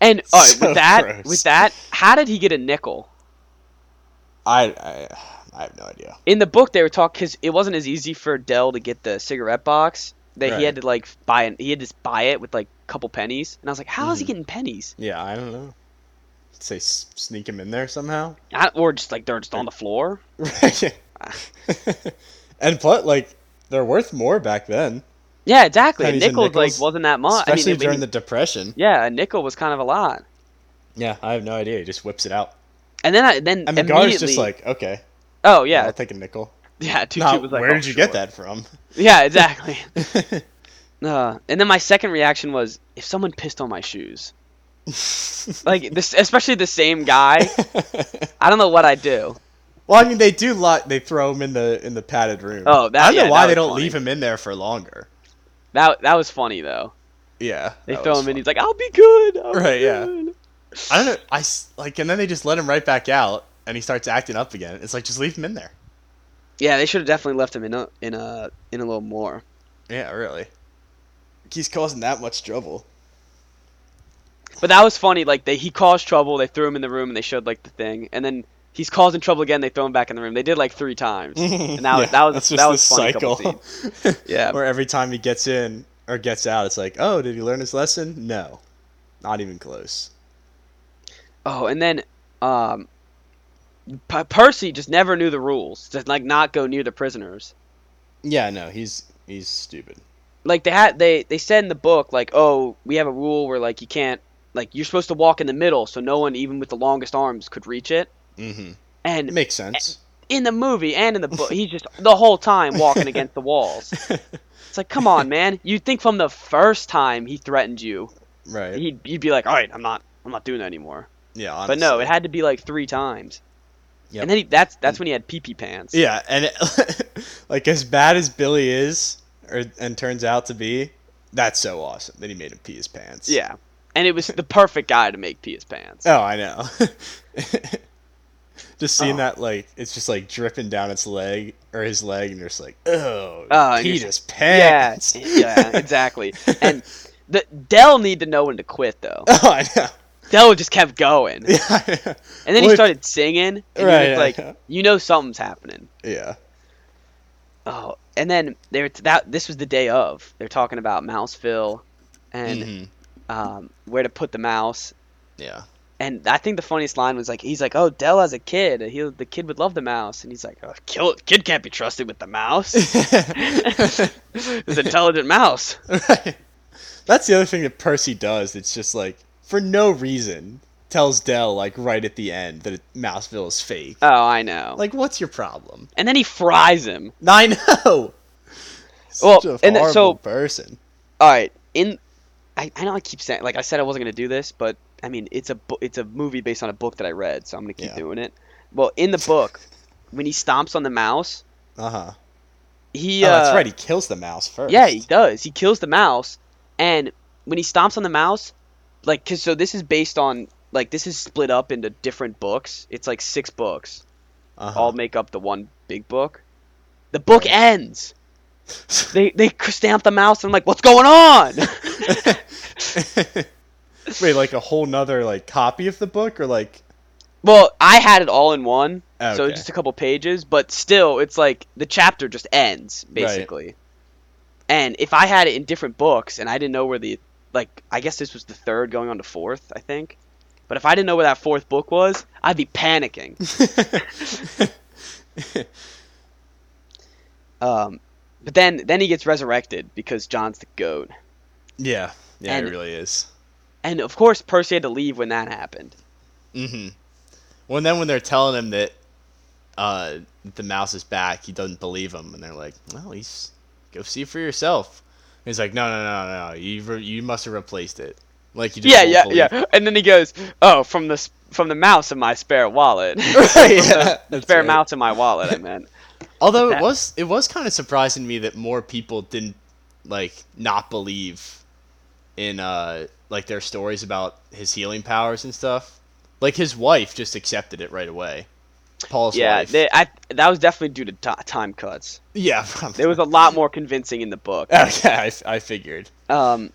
Speaker 1: And all right,
Speaker 2: So
Speaker 1: with that,
Speaker 2: gross.
Speaker 1: with that, how did he get a nickel?
Speaker 2: I, I, I have no idea.
Speaker 1: in the book they were talking because it wasn't as easy for Dell to get the cigarette box that
Speaker 2: Right.
Speaker 1: he had to like buy it. He had to just buy it with like a couple pennies, and I was like, how is
Speaker 2: Mm-hmm.
Speaker 1: he getting pennies?
Speaker 2: Yeah, I don't know. Say s- sneak him in there [laughs] somehow.
Speaker 1: I, or just like they're just on the floor.
Speaker 2: Right. and plus, like they're worth more back then,
Speaker 1: Yeah, exactly. A
Speaker 2: Pennies and
Speaker 1: nickel like
Speaker 2: nickels,
Speaker 1: wasn't that much. I mean,
Speaker 2: especially
Speaker 1: I mean,
Speaker 2: during the depression.
Speaker 1: yeah, a nickel was kind of a lot.
Speaker 2: Yeah, I have no idea. He just whips it out.
Speaker 1: And then I then
Speaker 2: I mean,
Speaker 1: immediately,
Speaker 2: Gar's just like, okay,
Speaker 1: oh
Speaker 2: yeah,
Speaker 1: yeah,
Speaker 2: I'll take a nickel.
Speaker 1: [laughs] yeah. Tutu
Speaker 2: Now,
Speaker 1: was like,
Speaker 2: where
Speaker 1: "Oh,
Speaker 2: did you get
Speaker 1: sure."
Speaker 2: that from? [laughs]
Speaker 1: Yeah, exactly. uh, and then my second reaction was, if someone pissed on my
Speaker 2: [laughs]
Speaker 1: shoes, like this, especially the same guy, I don't know what I'd do.
Speaker 2: well, I mean, they do lock. They throw him in the in the padded room.
Speaker 1: Oh, that-
Speaker 2: I don't
Speaker 1: yeah,
Speaker 2: know why
Speaker 1: that
Speaker 2: they
Speaker 1: was
Speaker 2: don't
Speaker 1: funny.
Speaker 2: leave him in there for longer.
Speaker 1: That that was funny though.
Speaker 2: Yeah,
Speaker 1: They
Speaker 2: that
Speaker 1: throw
Speaker 2: was
Speaker 1: him in.
Speaker 2: fun.
Speaker 1: He's like, "I'll be good." I'll be
Speaker 2: Right, yeah.
Speaker 1: good."
Speaker 2: I don't know. I s- like, and then they just let him right back out, and he starts acting up again. It's like just leave him in there.
Speaker 1: Yeah, they should have definitely left him in a in a in a little more.
Speaker 2: Yeah, really. He's causing that much trouble.
Speaker 1: But that was funny. Like they, he caused trouble. They threw him in the room and they showed like the thing, and then he's causing trouble again. They throw him back in the room. They did like three
Speaker 2: [laughs]
Speaker 1: times, [laughs] and that was that was that was funny. couple scenes. Yeah.
Speaker 2: [laughs] Where every time he gets in or gets out, it's like, oh, did he learn his lesson? No, not even close.
Speaker 1: Oh, and then um, P- Percy just never knew the rules. To like not go near the prisoners.
Speaker 2: Yeah, no, he's he's stupid.
Speaker 1: like they had they they said in the book like oh we have a rule where like you can't like you're supposed to walk in the middle so no one even with the longest arms could reach it
Speaker 2: Mm-hmm. It
Speaker 1: and
Speaker 2: makes sense.
Speaker 1: in the movie and in the book he's just the whole time walking against the walls it's like come on man you'd think from the first time he threatened you
Speaker 2: right.
Speaker 1: he'd, you'd be like all right i'm not i'm not doing that anymore
Speaker 2: yeah.
Speaker 1: but
Speaker 2: Honestly.
Speaker 1: no it had to be like three times
Speaker 2: Yep.
Speaker 1: and then he, that's that's when he had pee pee pants
Speaker 2: Yeah, and it, [laughs] like as bad as Billy is, or and turns out to be, that's so awesome that he made him pee his pants.
Speaker 1: yeah and it was the perfect guy to make pee his pants
Speaker 2: Oh, I know. [laughs] just seeing
Speaker 1: Oh.
Speaker 2: that, like, it's just like dripping down its leg or his leg, and you're just like, oh,
Speaker 1: Oh, and you're
Speaker 2: Peter's
Speaker 1: yeah [laughs]
Speaker 2: pants.
Speaker 1: yeah exactly and the Dell need to know when to quit
Speaker 2: [laughs]
Speaker 1: though
Speaker 2: [laughs] oh, I know.
Speaker 1: Dell just kept going.
Speaker 2: Yeah. I know.
Speaker 1: And then
Speaker 2: Well,
Speaker 1: he
Speaker 2: if-
Speaker 1: started singing. And
Speaker 2: Right,
Speaker 1: he was like,
Speaker 2: yeah.
Speaker 1: you know something's happening.
Speaker 2: Yeah.
Speaker 1: Oh, and then they were that this was the day of. They're talking about Mouseville and
Speaker 2: Mhm.
Speaker 1: um, where to put the mouse.
Speaker 2: Yeah.
Speaker 1: And I think the funniest line was like he's like, "Oh, Dell has a kid. He the kid would love the mouse." And he's like, oh, "Kill kid can't be trusted with the
Speaker 2: [laughs]
Speaker 1: mouse. [laughs] it's an intelligent
Speaker 2: [laughs]
Speaker 1: mouse."
Speaker 2: Right. That's the other thing that Percy does. It's just like for no reason tells Dell like right at the end that Mouseville is fake.
Speaker 1: Oh, I know.
Speaker 2: like, what's your problem?
Speaker 1: and then he fries him.
Speaker 2: I know.
Speaker 1: Well,
Speaker 2: Such a
Speaker 1: and then- so-
Speaker 2: horrible person.
Speaker 1: all right in I, I know i keep saying like i said i wasn't going to do this but i mean it's a bu- it's a movie based on a book that i read so i'm going to keep
Speaker 2: Yeah.
Speaker 1: doing it well in the book when he stomps on the mouse
Speaker 2: Uh huh.
Speaker 1: he
Speaker 2: Oh, that's
Speaker 1: uh,
Speaker 2: right. He kills the mouse first.
Speaker 1: yeah he does he kills the mouse and when he stomps on the mouse like cause, so this is based on like this is split up into different books it's like six books
Speaker 2: Uh-huh.
Speaker 1: all make up the one big book the book
Speaker 2: [laughs]
Speaker 1: ends they they stamp the mouse and i'm like what's going on [laughs]
Speaker 2: Wait, like a whole nother like copy of the book, or like
Speaker 1: [laughs] Well, I had it all in one, so
Speaker 2: Oh, Okay.
Speaker 1: just a couple pages, but still, it's like the chapter just ends basically. And if I had it in different books and I didn't know where the like I guess this was the third going on to fourth, I think. But if I didn't know where that fourth book was, I'd be panicking.
Speaker 2: [laughs]
Speaker 1: Um, but then then he gets resurrected because John's the goat,
Speaker 2: yeah, yeah,
Speaker 1: And-
Speaker 2: it really is.
Speaker 1: and of course Percy had to leave when that happened.
Speaker 2: Mm-hmm. Well, and then when they're telling him that uh, the mouse is back, he doesn't believe them, and they're like, "Well, he's go see for yourself." And he's like, "No, no, no, no, you re- you must have replaced it." Like you just
Speaker 1: yeah,
Speaker 2: won't
Speaker 1: yeah,
Speaker 2: believe-
Speaker 1: yeah. And then he goes, "Oh, from the s- from the mouse in my spare wallet,
Speaker 2: [laughs] Yeah,
Speaker 1: [laughs] From the, the
Speaker 2: that's
Speaker 1: spare
Speaker 2: right.
Speaker 1: mouse in my wallet." I meant.
Speaker 2: Although
Speaker 1: That-
Speaker 2: it was it was kind of surprising to me that more people didn't like not believe in uh like their stories about his healing powers and stuff. Like his wife just accepted it right away. Paul's
Speaker 1: yeah,
Speaker 2: wife.
Speaker 1: they, I, that was definitely due to ti time cuts.
Speaker 2: [laughs] yeah.
Speaker 1: There
Speaker 2: [laughs]
Speaker 1: was a lot more convincing in the book.
Speaker 2: Oh, yeah, I, f- I figured.
Speaker 1: Um,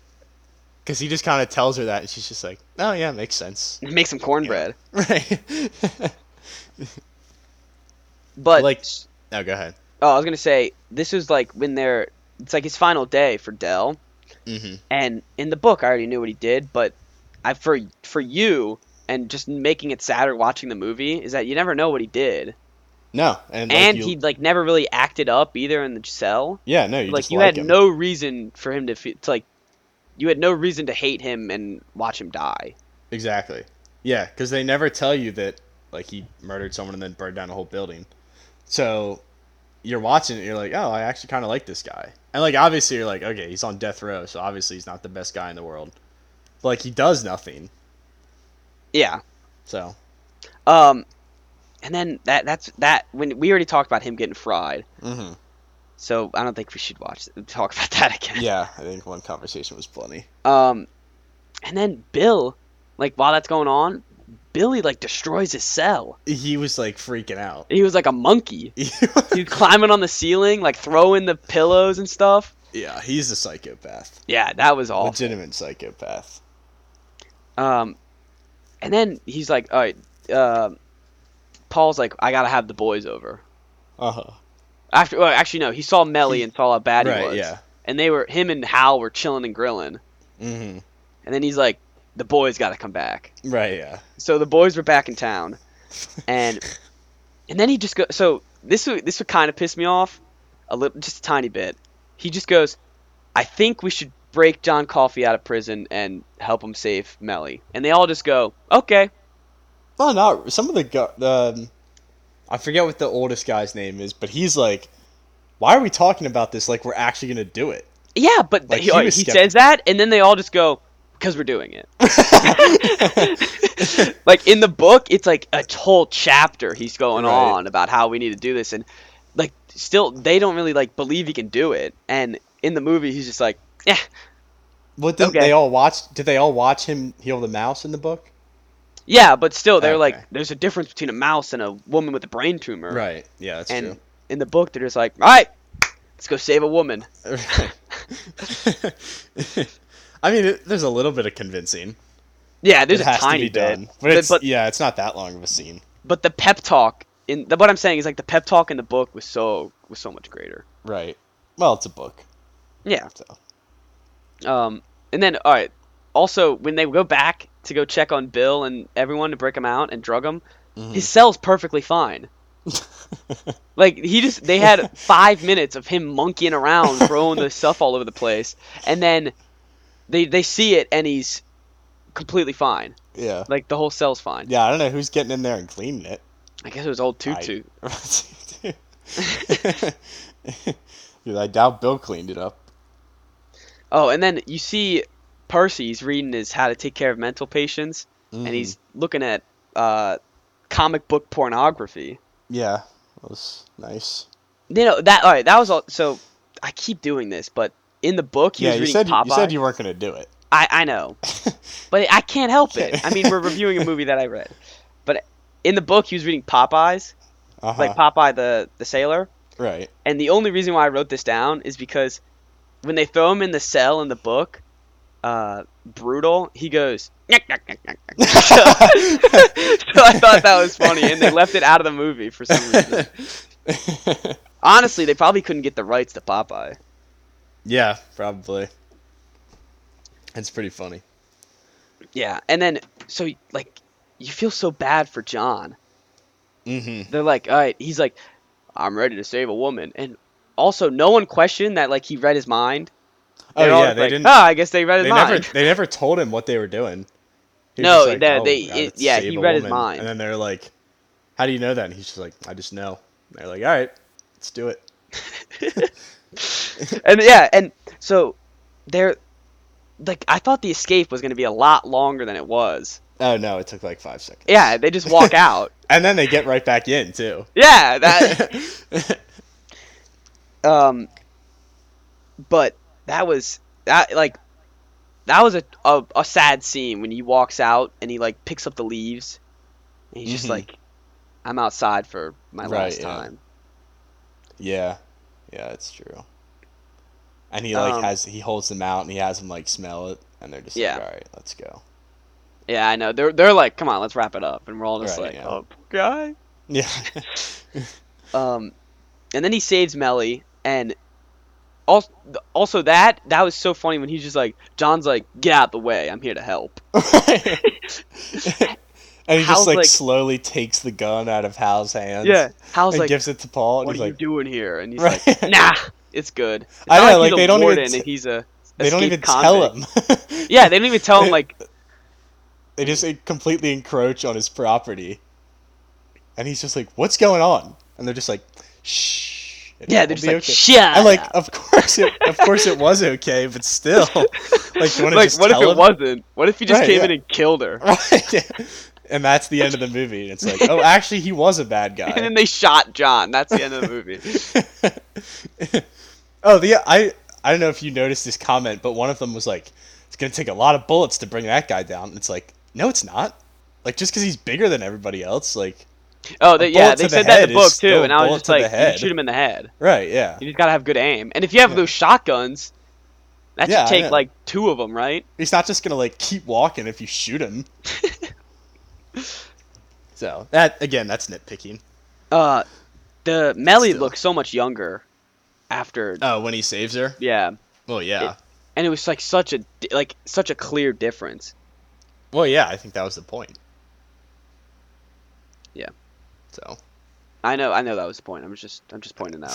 Speaker 2: Because he just kind of tells her that, and she's just like, oh, yeah, makes sense. [laughs]
Speaker 1: make some cornbread,
Speaker 2: Right. [laughs]
Speaker 1: but
Speaker 2: Like-
Speaker 1: like,
Speaker 2: no, go ahead.
Speaker 1: oh, I was gonna say this was like when they're it's like his final day for Dell,
Speaker 2: Mm-hmm.
Speaker 1: and in the book I already knew what he did, but I for for you and just making it sad or watching the movie is that you never know what he did,
Speaker 2: No, and, like,
Speaker 1: and
Speaker 2: you-
Speaker 1: he like never really acted up either in the cell.
Speaker 2: Yeah, no, you
Speaker 1: like
Speaker 2: just
Speaker 1: you
Speaker 2: like
Speaker 1: had
Speaker 2: him.
Speaker 1: no reason for him to, fe- to like you had no reason to hate him and watch him die.
Speaker 2: Exactly. Yeah, because they never tell you that like he murdered someone and then burned down a whole building. So you're watching it, you're like, oh, I actually kind of like this guy, and like obviously you're like, okay, he's on death row, so obviously he's not the best guy in the world. But, like he does nothing,
Speaker 1: Yeah.
Speaker 2: so
Speaker 1: Um, and then that that's that when we already talked about him getting fried,
Speaker 2: mm-hmm.
Speaker 1: so I don't think we should watch talk about [laughs] that again.
Speaker 2: yeah, I think one conversation was plenty.
Speaker 1: Um, and then Bill, like while that's going on, Billy like destroys his cell.
Speaker 2: He was like freaking out. [laughs]
Speaker 1: He was like a monkey. He was climbing on the ceiling, like throwing the pillows and stuff.
Speaker 2: yeah, he's a psychopath,
Speaker 1: Yeah, that was all.
Speaker 2: legitimate psychopath.
Speaker 1: Um, and then he's like, all right, uh, Paul's like, I gotta have the boys over.
Speaker 2: Uh huh.
Speaker 1: After, well, actually, no, he saw Melly and saw how bad he
Speaker 2: Right,
Speaker 1: was.
Speaker 2: yeah.
Speaker 1: And they were, him and Hal were chilling and grilling.
Speaker 2: Mm-hmm.
Speaker 1: And then he's like, the boys gotta come back.
Speaker 2: Right. Yeah.
Speaker 1: So the boys were back in town. And, and then he just go. so this would, this would kind of piss me off a little, just a tiny bit. He just goes, I think we should break John Coffey out of prison and help him save Melly. And they all just go, okay.
Speaker 2: Well, not some of the gu- um, I forget what the oldest guy's name is, but he's like, "Why are we talking about this? Like, we're actually gonna do it."
Speaker 1: Yeah, but
Speaker 2: Like,
Speaker 1: he,
Speaker 2: he
Speaker 1: he,
Speaker 2: was skeptical.
Speaker 1: says that, and then they all just go, "Because we're doing
Speaker 2: [laughs]
Speaker 1: it." like in the book, it's like a whole chapter he's going
Speaker 2: Right.
Speaker 1: on about how we need to do this, and like still they don't really like believe he can do it. And in the movie, he's just like, "Yeah,
Speaker 2: What did
Speaker 1: Okay.
Speaker 2: they all watch? Did they all watch him heal the mouse in the book?
Speaker 1: yeah," but still they're
Speaker 2: Okay.
Speaker 1: like, "There's a difference between a mouse and a woman with a brain tumor."
Speaker 2: Right. Yeah, that's
Speaker 1: And in the book, they're just like, "All right, let's go save a woman."
Speaker 2: true. [laughs] I mean, it, there's a little bit of convincing.
Speaker 1: Yeah, there's
Speaker 2: it
Speaker 1: a
Speaker 2: has
Speaker 1: tiny
Speaker 2: to be done,
Speaker 1: bit,
Speaker 2: but it's yeah, it's not that long of a scene.
Speaker 1: but the pep talk in the, what I'm saying is like the pep talk in the book was so was so much greater.
Speaker 2: Right. Well, it's a book,
Speaker 1: Yeah.
Speaker 2: so
Speaker 1: Um. And then all right. Also, when they go back to go check on Bill and everyone to break him out and drug him, his cell's perfectly fine. like he just they had five minutes of him monkeying around, throwing the stuff all over the place, and then they they see it and he's completely fine.
Speaker 2: yeah,
Speaker 1: Like the whole cell's fine.
Speaker 2: yeah. I don't know who's getting in there and cleaning it.
Speaker 1: I guess it was old [laughs] Tutu.
Speaker 2: I, Dude, I doubt Bill cleaned it up.
Speaker 1: Oh, and then you see Percy's reading his How to Take Care of Mental Patients,
Speaker 2: Mm.
Speaker 1: and he's looking at uh, comic book pornography.
Speaker 2: Yeah, that was nice.
Speaker 1: You know that. All right, that was all. So I keep doing this, but in the book he
Speaker 2: yeah,
Speaker 1: was
Speaker 2: you
Speaker 1: reading
Speaker 2: said
Speaker 1: Popeye.
Speaker 2: you said you weren't gonna do it.
Speaker 1: I I
Speaker 2: [laughs]
Speaker 1: know, but I can't help it. I mean, we're reviewing a movie that I read, but in the book he was reading Popeyes,
Speaker 2: Uh-huh.
Speaker 1: like Popeye the the sailor. [laughs]
Speaker 2: right.
Speaker 1: And the only reason why I wrote this down is because when they throw him in the cell in the book, uh, brutal, he goes. "Nyuk, nyuk, nyuk, nyuk, nyuk." so I thought that was funny, and they left it out of the movie for some reason.
Speaker 2: [laughs]
Speaker 1: Honestly, they probably couldn't get the rights to Popeye.
Speaker 2: yeah, probably. It's pretty funny.
Speaker 1: Yeah, and then so like you feel so bad for John.
Speaker 2: Mm-hmm.
Speaker 1: They're like, all right, he's like, I'm ready to save a woman, and also no one questioned that like he read his mind.
Speaker 2: Oh
Speaker 1: They're all
Speaker 2: yeah, they
Speaker 1: like,
Speaker 2: didn't.
Speaker 1: Ah, I guess they read his
Speaker 2: they
Speaker 1: mind.
Speaker 2: never. They never told him what they were doing. He was
Speaker 1: No,
Speaker 2: just "Oh,
Speaker 1: that- they-
Speaker 2: God,
Speaker 1: it-
Speaker 2: it's
Speaker 1: yeah,
Speaker 2: save
Speaker 1: he
Speaker 2: a
Speaker 1: read his
Speaker 2: woman."
Speaker 1: mind.
Speaker 2: And then they're like, "How do you know that?" And he's just like, "I just know." And they're like, "All right, let's do it."
Speaker 1: and yeah, and so they're like, I thought the escape was gonna be a lot longer than it was.
Speaker 2: Oh no, it took like five seconds.
Speaker 1: Yeah, they just
Speaker 2: [laughs]
Speaker 1: walk out.
Speaker 2: and then they get right back in too.
Speaker 1: Yeah, [laughs]
Speaker 2: [laughs]
Speaker 1: that. um, but that was that like that was a, a a sad scene when he walks out and he like picks up the leaves and he's just
Speaker 2: Mhm.
Speaker 1: like, I'm outside for my
Speaker 2: Right,
Speaker 1: last
Speaker 2: yeah.
Speaker 1: time.
Speaker 2: yeah, yeah, it's true. And he like
Speaker 1: Um,
Speaker 2: has he holds them out and he has them like smell it and they're just
Speaker 1: Yeah.
Speaker 2: like, "All right, let's go." [laughs]
Speaker 1: Yeah, I know. They're they're like, come on, let's wrap it up, and we're all just
Speaker 2: Right,
Speaker 1: like,
Speaker 2: yeah.
Speaker 1: oh, poor guy. [laughs]
Speaker 2: Yeah.
Speaker 1: Um, and then he saves Melly, and also, also that that was so funny when he's just like, John's like, get out the way, I'm here to help.
Speaker 2: and
Speaker 1: Hal's
Speaker 2: he just like,
Speaker 1: like-
Speaker 2: slowly takes the gun out of Hal's hands.
Speaker 1: Yeah, Hal's
Speaker 2: and
Speaker 1: like,
Speaker 2: gives it to Paul, and
Speaker 1: what are
Speaker 2: he's like,
Speaker 1: you doing here? And he's
Speaker 2: Right.
Speaker 1: like, nah, it's
Speaker 2: [laughs]
Speaker 1: good. It's
Speaker 2: I
Speaker 1: not
Speaker 2: know,
Speaker 1: he's
Speaker 2: like,
Speaker 1: a
Speaker 2: they don't even
Speaker 1: warden
Speaker 2: t-
Speaker 1: and he's a
Speaker 2: they don't
Speaker 1: escaped
Speaker 2: even
Speaker 1: convict.
Speaker 2: tell him. [laughs]
Speaker 1: Yeah, they don't even tell him
Speaker 2: They-
Speaker 1: like,
Speaker 2: they just like, completely encroach on his property, and he's just like, "What's going on?" And they're just like, "Shh." it
Speaker 1: yeah,
Speaker 2: will
Speaker 1: they're just
Speaker 2: be
Speaker 1: like,
Speaker 2: okay."
Speaker 1: shut.
Speaker 2: And like,
Speaker 1: up."
Speaker 2: of course, it, of course, it was okay, but still,
Speaker 1: [laughs]
Speaker 2: like, you want to
Speaker 1: like,
Speaker 2: just
Speaker 1: what if
Speaker 2: tell
Speaker 1: it
Speaker 2: him?
Speaker 1: wasn't? What if he just
Speaker 2: Right,
Speaker 1: came
Speaker 2: yeah.
Speaker 1: in and killed her?
Speaker 2: [laughs] Right. yeah. And that's the end of the movie. And it's
Speaker 1: [laughs]
Speaker 2: like, oh, actually, he was a bad guy.
Speaker 1: And then they shot John. That's the end of the
Speaker 2: [laughs]
Speaker 1: movie.
Speaker 2: oh, the I I don't know if you noticed this comment, but one of them was like, "It's gonna take a lot of bullets to bring that guy down." It's like, no, it's not. Like just because he's bigger than everybody else, like
Speaker 1: Oh, they, yeah,
Speaker 2: bullet to
Speaker 1: they
Speaker 2: the
Speaker 1: said that in
Speaker 2: head
Speaker 1: the
Speaker 2: is
Speaker 1: book
Speaker 2: still
Speaker 1: too,
Speaker 2: a
Speaker 1: and I was
Speaker 2: bullet
Speaker 1: just
Speaker 2: to the
Speaker 1: like, you can
Speaker 2: head.
Speaker 1: shoot him in the head.
Speaker 2: right, yeah,
Speaker 1: You just gotta have good aim. And if you have
Speaker 2: Yeah.
Speaker 1: those shotguns, that
Speaker 2: Yeah, I
Speaker 1: should take
Speaker 2: know.
Speaker 1: like two of them, right?
Speaker 2: he's not just gonna like keep walking if you
Speaker 1: [laughs]
Speaker 2: shoot him. so that again, that's nitpicking.
Speaker 1: Uh, the Melly
Speaker 2: Still.
Speaker 1: looks so much younger after.
Speaker 2: Oh, when he saves her,
Speaker 1: Yeah,
Speaker 2: well, yeah,
Speaker 1: and it was like such a di- like such a clear difference.
Speaker 2: well, yeah, I think that was the point.
Speaker 1: Yeah.
Speaker 2: So
Speaker 1: I know, I know that was the point. I'm just I'm just pointing that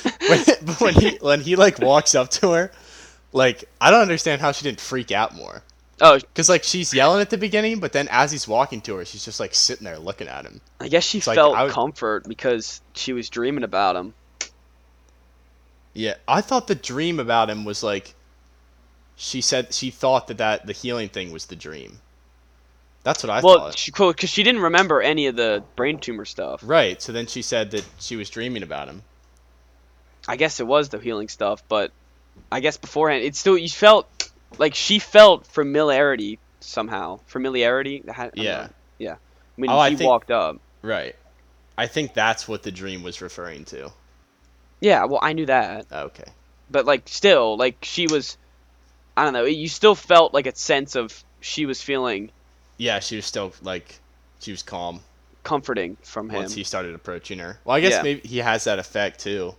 Speaker 2: [laughs]
Speaker 1: out.
Speaker 2: when, [laughs] but when he when he like walks up to her, like I don't understand how she didn't freak out more.
Speaker 1: Oh,
Speaker 2: Cause like she's yelling at the beginning, but then as he's walking to her, she's just like sitting there looking at him.
Speaker 1: I guess she
Speaker 2: It's like,
Speaker 1: felt
Speaker 2: I would-
Speaker 1: comfort because she was dreaming about him.
Speaker 2: Yeah, I thought the dream about him was like, she said she thought that that the healing thing was the dream. That's what I
Speaker 1: well,
Speaker 2: thought.
Speaker 1: she because she didn't remember any of the brain tumor stuff.
Speaker 2: right. So then she said that she was dreaming about him.
Speaker 1: I guess it was the healing stuff, but I guess beforehand, it still you felt like she felt familiarity somehow. Familiarity. I don't
Speaker 2: Yeah.
Speaker 1: know. Yeah. When
Speaker 2: Oh, I
Speaker 1: he
Speaker 2: think-
Speaker 1: walked up.
Speaker 2: Right. I think that's what the dream was referring to.
Speaker 1: Yeah. Well, I knew that,
Speaker 2: Okay.
Speaker 1: but like still, like she was. I don't know. You still felt like a sense of she was feeling
Speaker 2: Yeah, she was still like, she was calm.
Speaker 1: comforting from him.
Speaker 2: once he started approaching her. Well, I guess
Speaker 1: Yeah.
Speaker 2: maybe he has that effect too.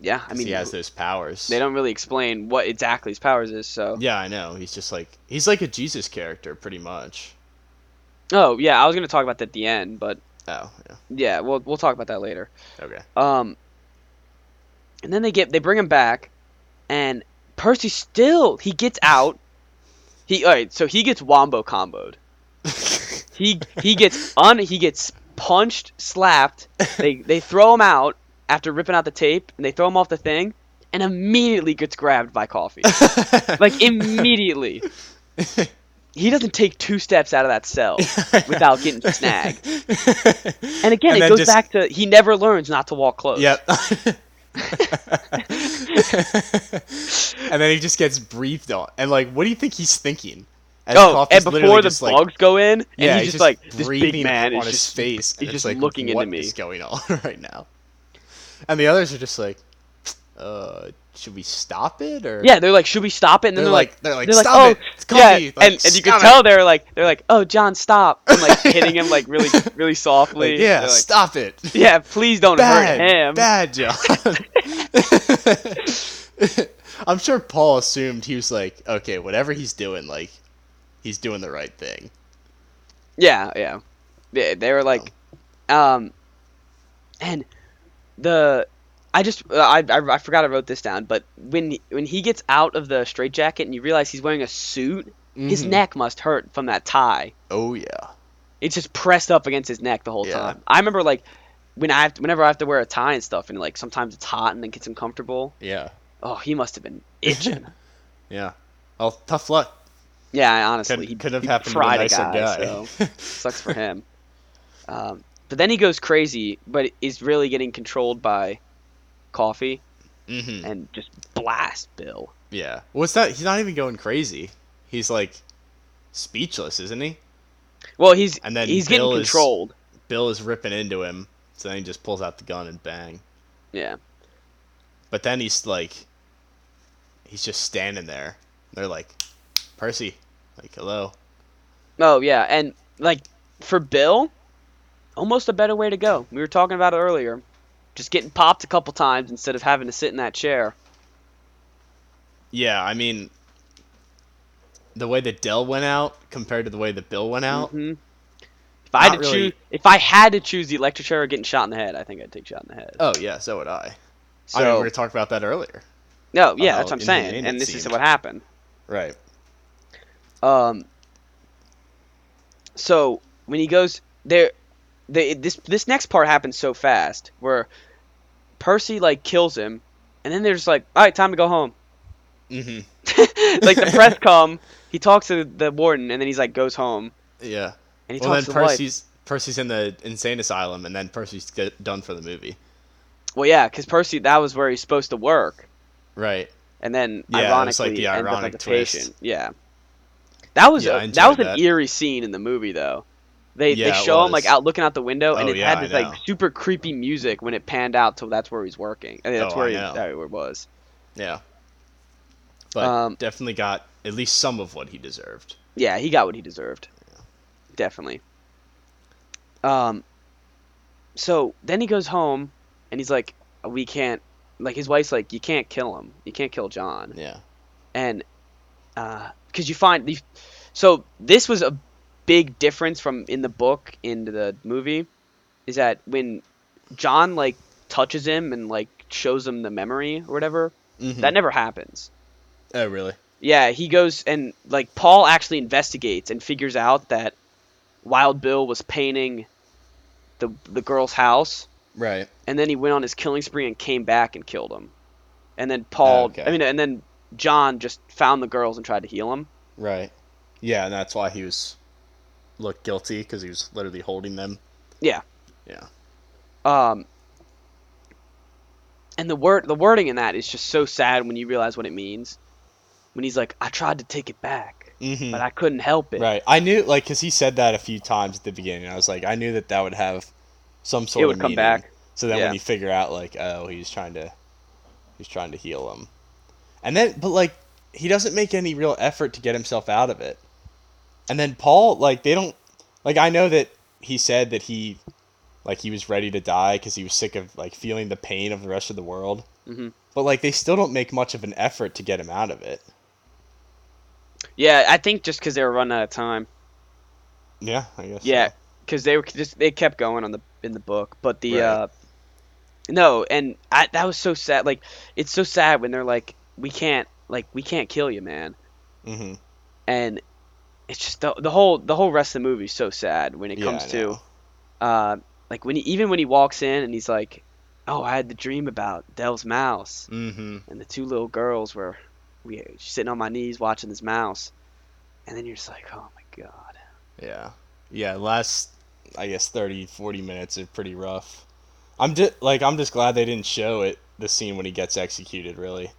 Speaker 1: yeah. I
Speaker 2: 'cause
Speaker 1: mean,
Speaker 2: he has those powers.
Speaker 1: they don't really explain what exactly his powers is. So.
Speaker 2: Yeah, I know. He's just like he's like a Jesus character, pretty much.
Speaker 1: Oh yeah, I was gonna talk about that at the end, but
Speaker 2: Oh, yeah.
Speaker 1: yeah, we'll we'll talk about that later. [laughs]
Speaker 2: Okay.
Speaker 1: Um, and then they get they bring him back, and Percy still he gets out. He all right, so he gets wombo
Speaker 2: [laughs]
Speaker 1: comboed. He he gets un he gets punched, slapped. They they throw him out after ripping out the tape, and they throw him off the thing, and immediately gets grabbed by
Speaker 2: [laughs]
Speaker 1: coffee. like immediately. He doesn't take two steps out of that
Speaker 2: [laughs]
Speaker 1: cell without getting snagged. And again,
Speaker 2: And
Speaker 1: it
Speaker 2: then
Speaker 1: goes
Speaker 2: just-
Speaker 1: back to he never learns not to walk close. [laughs]
Speaker 2: Yep. and then he just gets breathed on. And like, what do you think he's thinking? And
Speaker 1: Oh,
Speaker 2: Coffey's
Speaker 1: and
Speaker 2: literally
Speaker 1: before the bugs
Speaker 2: just, like-
Speaker 1: go in, and
Speaker 2: yeah,
Speaker 1: he's, just, like this
Speaker 2: breathing
Speaker 1: big man
Speaker 2: on
Speaker 1: is
Speaker 2: his
Speaker 1: just
Speaker 2: face. and
Speaker 1: He's
Speaker 2: it's
Speaker 1: just
Speaker 2: like,
Speaker 1: looking into me.
Speaker 2: What is going on [laughs] right now? And the others are just like, uh, should we stop it or?
Speaker 1: Yeah, they're like, should we stop it? And then
Speaker 2: They're
Speaker 1: they're like,
Speaker 2: like- they're like, "Stop
Speaker 1: oh,
Speaker 2: it. It's
Speaker 1: yeah.
Speaker 2: coffee. Like,
Speaker 1: and, and you can
Speaker 2: stop
Speaker 1: tell they're like, they're like, oh, John, stop, and [laughs] like hitting him like really, really softly.
Speaker 2: Like, yeah,
Speaker 1: They're like,
Speaker 2: stop it. [laughs]
Speaker 1: Yeah, please don't
Speaker 2: Bad,
Speaker 1: hurt him.
Speaker 2: bad John. [laughs] I'm sure Paul assumed he was like, okay, whatever he's doing, like, he's doing the right thing.
Speaker 1: Yeah, yeah. They, they were like, um, and the I just uh, I, I I forgot I wrote this down, but when when he gets out of the straitjacket and you realize he's wearing a suit, his
Speaker 2: Mhm.
Speaker 1: neck must hurt from that tie.
Speaker 2: Oh yeah.
Speaker 1: It's just pressed up against his neck the whole
Speaker 2: Yeah.
Speaker 1: time. I remember like when I have to, whenever I have to wear a tie and stuff, and like sometimes it's hot and it gets uncomfortable.
Speaker 2: Yeah.
Speaker 1: Oh, he must have been
Speaker 2: [laughs]
Speaker 1: itching.
Speaker 2: Yeah. Well, tough luck.
Speaker 1: yeah, I honestly,
Speaker 2: Could,
Speaker 1: he
Speaker 2: could have
Speaker 1: he
Speaker 2: happened to a
Speaker 1: fried
Speaker 2: nicer guy. [laughs]
Speaker 1: so sucks for him. Um, but then he goes crazy, but is really getting controlled by coffee
Speaker 2: hmm
Speaker 1: and just blast Bill.
Speaker 2: Yeah. Well, it's not. He's not even going crazy. He's like speechless, isn't he?
Speaker 1: Well, he's
Speaker 2: And then
Speaker 1: he's
Speaker 2: Bill
Speaker 1: getting
Speaker 2: is-
Speaker 1: controlled.
Speaker 2: Bill is ripping into him, so then he just pulls out the gun and bang.
Speaker 1: Yeah,
Speaker 2: But then he's like, he's just standing there. They're like, Percy, like hello.
Speaker 1: Oh yeah, and like for Bill, almost a better way to go. We were talking about it earlier. Just getting popped a couple times instead of having to sit in that chair.
Speaker 2: Yeah, I mean, the way that Dell went out compared to the way that Bill went out.
Speaker 1: hmm If I had to
Speaker 2: Not really.
Speaker 1: choose, if I had to choose the electric chair or getting shot in the head, I think I'd take shot in the head.
Speaker 2: Oh yeah, so would I.
Speaker 1: So
Speaker 2: I mean, we were talking about that earlier.
Speaker 1: no, yeah,
Speaker 2: how
Speaker 1: that's what I'm
Speaker 2: inhumane
Speaker 1: saying, and
Speaker 2: it
Speaker 1: this is
Speaker 2: seemed.
Speaker 1: what happened.
Speaker 2: Right.
Speaker 1: Um. So when he goes there, they this this next part happens so fast where Percy like kills him, and then they're just like, all right, time to go home. [laughs]
Speaker 2: Mm-hmm.
Speaker 1: like the press come, he talks to the warden, and then he's like goes home,
Speaker 2: Yeah.
Speaker 1: and he
Speaker 2: well,
Speaker 1: talks to
Speaker 2: then
Speaker 1: the wife.
Speaker 2: Percy's Percy's in the insane asylum, and then Percy's get done for the movie.
Speaker 1: Well, yeah, because Percy that was where he's supposed to work,
Speaker 2: Right.
Speaker 1: and then
Speaker 2: Yeah, it was,
Speaker 1: ironically
Speaker 2: like, the
Speaker 1: ends up
Speaker 2: ironic
Speaker 1: like a
Speaker 2: twist.
Speaker 1: patient. Yeah, that was
Speaker 2: Yeah, I
Speaker 1: a, that was
Speaker 2: enjoyed
Speaker 1: an
Speaker 2: that.
Speaker 1: eerie scene in the movie though. They
Speaker 2: Yeah,
Speaker 1: they
Speaker 2: it
Speaker 1: show him like
Speaker 2: was.
Speaker 1: out looking out the window, and
Speaker 2: Oh,
Speaker 1: it
Speaker 2: yeah,
Speaker 1: had
Speaker 2: I
Speaker 1: this
Speaker 2: know.
Speaker 1: like super creepy music when it panned out till that's where he's working. I mean, that's
Speaker 2: Oh,
Speaker 1: where
Speaker 2: I
Speaker 1: he
Speaker 2: know.
Speaker 1: that where it was.
Speaker 2: Yeah. But
Speaker 1: Um,
Speaker 2: definitely got at least some of what he deserved.
Speaker 1: Yeah, he got what he deserved. Definitely. Um so then he goes home and he's like we can't like his wife's like you can't kill him. You can't kill John.
Speaker 2: Yeah.
Speaker 1: And uh cuz you find you, so this was a big difference from in the book into the movie is that when John like touches him and like shows him the memory or whatever,
Speaker 2: Mhm.
Speaker 1: that never happens.
Speaker 2: Oh really?
Speaker 1: Yeah, he goes and like Paul actually investigates and figures out that Wild Bill was painting the the girl's house,
Speaker 2: Right.
Speaker 1: and then he went on his killing spree and came back and killed him. And then Paul,
Speaker 2: Okay.
Speaker 1: I mean, and then John just found the girls and tried to heal him.
Speaker 2: Right. Yeah, and that's why he was looked guilty because he was literally holding them.
Speaker 1: Yeah.
Speaker 2: Yeah.
Speaker 1: Um. And the word, the wording in that is just so sad when you realize what it means. When he's like, "I tried to take it back,
Speaker 2: Mm-hmm.
Speaker 1: but I couldn't help it."
Speaker 2: Right. I knew, like, because he said that a few times at the beginning. I was like, I knew that that would have some sort
Speaker 1: It
Speaker 2: of
Speaker 1: would come
Speaker 2: meaning.
Speaker 1: back.
Speaker 2: So then
Speaker 1: Yeah.
Speaker 2: when you figure out, like, oh, he's trying to, he's trying to heal him, and then, but like, he doesn't make any real effort to get himself out of it, and then Paul, like, they don't, like, I know that he said that he, like, he was ready to die because he was sick of like feeling the pain of the rest of the world,
Speaker 1: Mhm.
Speaker 2: but like, they still don't make much of an effort to get him out of it.
Speaker 1: Yeah, I think just because they were running out of time.
Speaker 2: Yeah, I guess. so.
Speaker 1: Yeah, because they were just they kept going on the in the book, but the
Speaker 2: Right.
Speaker 1: uh, no, and I, that was so sad. Like it's so sad when they're like, we can't like we can't kill you, man,
Speaker 2: Mhm.
Speaker 1: and it's just the, the whole the whole rest of the movie is so sad when it
Speaker 2: Yeah,
Speaker 1: comes
Speaker 2: I
Speaker 1: to
Speaker 2: know.
Speaker 1: uh like when he, even when he walks in and he's like, oh, I had the dream about Dell's mouse
Speaker 2: Mhm.
Speaker 1: and the two little girls were we sitting on my knees watching this mouse, and then you're just like, oh my god.
Speaker 2: Yeah. Yeah, last I guess 30 40 minutes are pretty rough. I'm just like I'm just glad they didn't show it the scene when he gets executed really.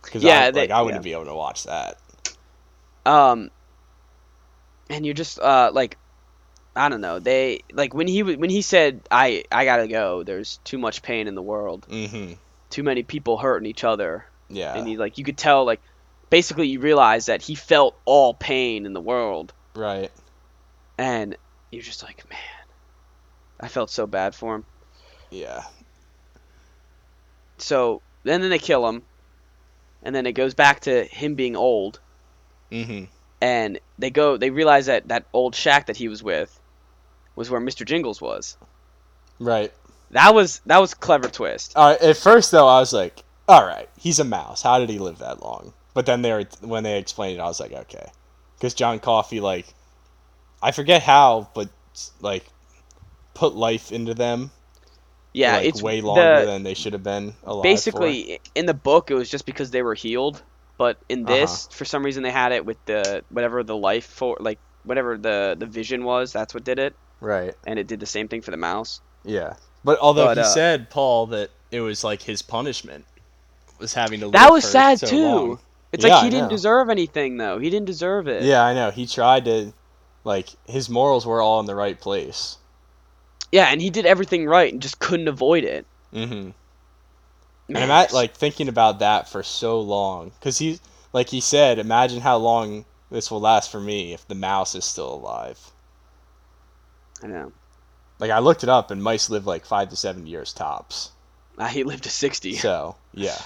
Speaker 2: Cuz
Speaker 1: Yeah,
Speaker 2: I,
Speaker 1: they-
Speaker 2: like I wouldn't
Speaker 1: yeah.
Speaker 2: be able to watch that.
Speaker 1: um and you're just uh like i don't know they like when he wa- when he said i i gotta go there's too much pain in the world
Speaker 2: Mhm.
Speaker 1: too many people hurting each other
Speaker 2: Yeah.
Speaker 1: and he like you could tell like basically you realize that he felt all pain in the world
Speaker 2: right.
Speaker 1: and you're just like man i felt so bad for him
Speaker 2: Yeah.
Speaker 1: so then then they kill him and then it goes back to him being old,
Speaker 2: Mm-hmm.
Speaker 1: and they go they realize that that old shack that he was with was where Mr. Jingles was.
Speaker 2: Right.
Speaker 1: That was that was a clever twist.
Speaker 2: All right. At first, though, I was like, "All right, he's a mouse. How did he live that long?" But then they were, when they explained it, I was like, "Okay," because John Coffey, like, I forget how, but like, put life into them.
Speaker 1: Yeah,
Speaker 2: like,
Speaker 1: it's
Speaker 2: way
Speaker 1: the-
Speaker 2: longer than they should have been alive. for.
Speaker 1: basically in the book it was just because they were healed, but in
Speaker 2: Uh-huh.
Speaker 1: this for some reason they had it with the whatever the life for like whatever the the vision was. That's what did it,
Speaker 2: right?
Speaker 1: and it did the same thing for the mouse.
Speaker 2: Yeah. But although
Speaker 1: But,
Speaker 2: he
Speaker 1: uh,
Speaker 2: said Paul that it was like his punishment was having to live
Speaker 1: That was
Speaker 2: for
Speaker 1: sad
Speaker 2: so
Speaker 1: too.
Speaker 2: long.
Speaker 1: It's
Speaker 2: Yeah,
Speaker 1: like he
Speaker 2: I
Speaker 1: didn't
Speaker 2: know.
Speaker 1: deserve anything though. He didn't deserve it.
Speaker 2: Yeah, I know. He tried to, like, his morals were all in the right place.
Speaker 1: Yeah, and he did everything right and just couldn't avoid it.
Speaker 2: Mm-hmm.
Speaker 1: Man,
Speaker 2: And I'm at,
Speaker 1: it's-
Speaker 2: like thinking about that for so long because he's like he said, imagine how long this will last for me if the mouse is still alive.
Speaker 1: I know.
Speaker 2: Like I looked it up, and mice live like five to seven years tops.
Speaker 1: Ah, he lived to 60.
Speaker 2: So yeah,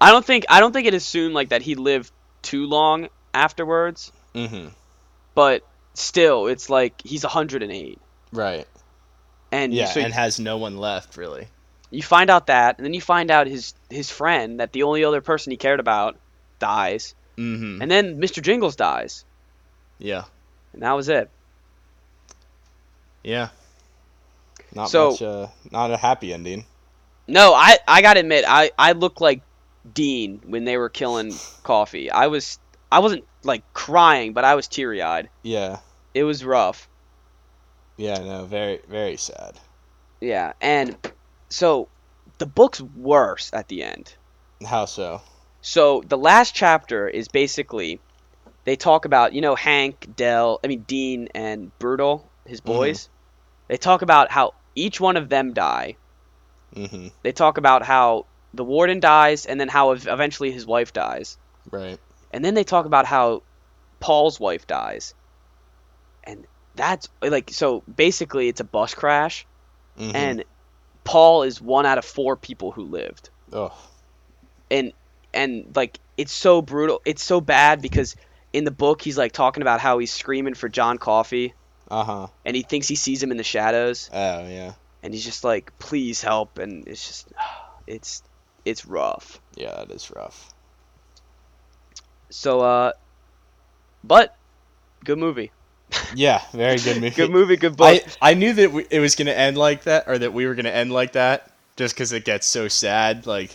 Speaker 1: I don't think I don't think it assumed like that he lived too long afterwards,
Speaker 2: mm-hmm.
Speaker 1: but still it's like he's 108.
Speaker 2: right.
Speaker 1: And
Speaker 2: Yeah,
Speaker 1: so
Speaker 2: and has no one left really.
Speaker 1: you find out that and then you find out his his friend that the only other person he cared about dies.
Speaker 2: Mm-hmm.
Speaker 1: And then Mr. Jingles dies.
Speaker 2: Yeah,
Speaker 1: And that was it.
Speaker 2: yeah. Not
Speaker 1: So-
Speaker 2: much. Uh, not a happy ending.
Speaker 1: No, I I got to admit I I looked like Dean when they were killing Coffee. I was I wasn't like crying, but I was teary-eyed.
Speaker 2: Yeah,
Speaker 1: It was rough.
Speaker 2: yeah. No, very, very sad.
Speaker 1: Yeah, and so the book's worse at the end.
Speaker 2: How so?
Speaker 1: So the last chapter is basically they talk about you know Hank, Dell, I mean Dean and Brutal, his boys. They talk about how each one of them die.
Speaker 2: Mm-hmm.
Speaker 1: They talk about how the warden dies, and then how ev- eventually his wife dies,
Speaker 2: Right.
Speaker 1: and then they talk about how Paul's wife dies, and that's like so basically it's a bus crash,
Speaker 2: Mhm.
Speaker 1: and Paul is one out of four people who lived.
Speaker 2: Ugh.
Speaker 1: and and like it's so brutal it's so bad because in the book he's like talking about how he's screaming for john coffee
Speaker 2: Uh huh.
Speaker 1: and he thinks he sees him in the shadows
Speaker 2: Oh yeah.
Speaker 1: and he's just like please help and it's just [sighs] it's it's rough
Speaker 2: Yeah, that is rough.
Speaker 1: so uh but good movie
Speaker 2: Yeah, very
Speaker 1: [laughs]
Speaker 2: good movie. [laughs]
Speaker 1: good movie good book
Speaker 2: I, I knew that we, it was going to end like that, or that we were going to end like that, just because it gets so sad, like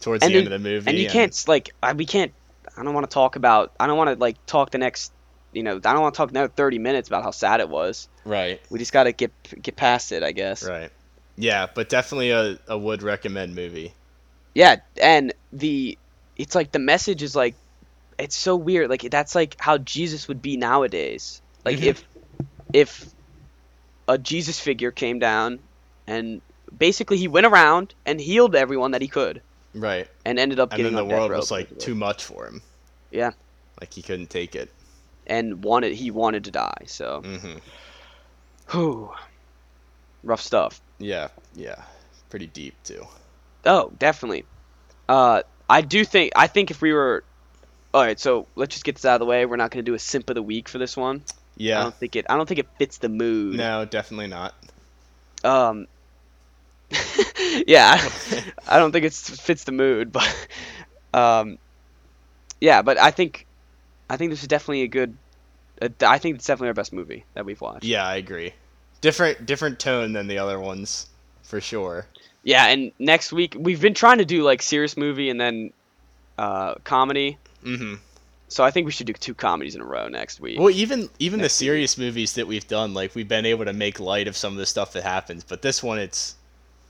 Speaker 2: towards the end
Speaker 1: then-
Speaker 2: of the movie.
Speaker 1: and you can't s- like I, we can't i don't want to talk about i don't want to like talk the next you know i don't want to talk another 30 minutes about how sad it was
Speaker 2: Right,
Speaker 1: we just gotta get get past it i guess
Speaker 2: right. Yeah, but definitely a, a would recommend movie.
Speaker 1: Yeah, and the it's like the message is like it's so weird. Like that's like how Jesus would be nowadays. Like
Speaker 2: Mhm.
Speaker 1: if if a Jesus figure came down and basically he went around and healed everyone that he could
Speaker 2: Right.
Speaker 1: and ended up
Speaker 2: And
Speaker 1: getting
Speaker 2: then the
Speaker 1: on death
Speaker 2: world
Speaker 1: row
Speaker 2: was like
Speaker 1: basically.
Speaker 2: too much for him.
Speaker 1: Yeah,
Speaker 2: Like he couldn't take it.
Speaker 1: and wanted he wanted to die. So,
Speaker 2: Mm-hmm.
Speaker 1: whew, rough stuff.
Speaker 2: Yeah, yeah. Pretty deep, too.
Speaker 1: Oh, definitely. Uh, I do think I think if we were all right, so let's just get this out of the way. We're not going to do a simp of the week for this one. I
Speaker 2: Yeah.
Speaker 1: don't think it. I don't think it fits the mood.
Speaker 2: No, definitely not.
Speaker 1: Um. [laughs] yeah, I- I don't think it fits the mood, but um, yeah, but I think I think this is definitely a good. Uh, I think it's definitely our best movie that we've watched.
Speaker 2: Yeah, I agree. Different different tone than the other ones, for sure.
Speaker 1: Yeah, and next week we've been trying to do like serious movie and then uh, comedy.
Speaker 2: Mm-hmm.
Speaker 1: So I think we should do two comedies in a row next week.
Speaker 2: Well, even even the
Speaker 1: next season.
Speaker 2: serious movies that we've done, like we've been able to make light of some of the stuff that happens. But this one, it's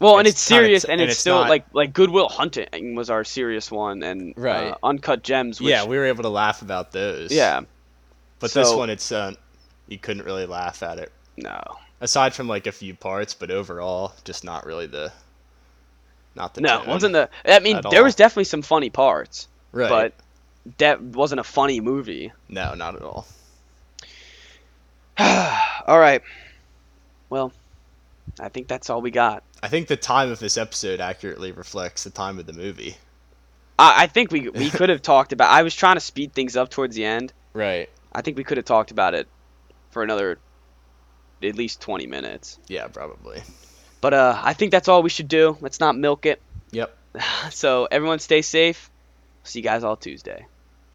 Speaker 1: Well, and
Speaker 2: It's
Speaker 1: it's
Speaker 2: kinda
Speaker 1: serious,
Speaker 2: t-
Speaker 1: and,
Speaker 2: and
Speaker 1: it's,
Speaker 2: it's
Speaker 1: still
Speaker 2: not-
Speaker 1: like like Goodwill Hunting was our serious one, and uh,
Speaker 2: Right.
Speaker 1: Uncut Gems. Which,
Speaker 2: yeah, we were able to laugh about those.
Speaker 1: yeah,
Speaker 2: but this
Speaker 1: so-
Speaker 2: one, it's uh, you couldn't really laugh at it
Speaker 1: no,
Speaker 2: aside from like a few parts, but overall, just not really the not the
Speaker 1: no,
Speaker 2: tone.
Speaker 1: wasn't the. I mean,
Speaker 2: at
Speaker 1: there
Speaker 2: all.
Speaker 1: was definitely some funny parts,
Speaker 2: right.
Speaker 1: but that wasn't a funny movie.
Speaker 2: no, not at all.
Speaker 1: All right, well, I think that's all we got.
Speaker 2: I think the time of this episode accurately reflects the time of the movie.
Speaker 1: I, I think we
Speaker 2: [laughs]
Speaker 1: we could have talked about. I was trying to speed things up towards the end.
Speaker 2: Right.
Speaker 1: I think we could have talked about it for another at least 20 minutes.
Speaker 2: Yeah, probably.
Speaker 1: But uh, I think that's all we should do. Let's not milk it. [laughs]
Speaker 2: Yep.
Speaker 1: So everyone, stay safe. See you guys all Tuesday.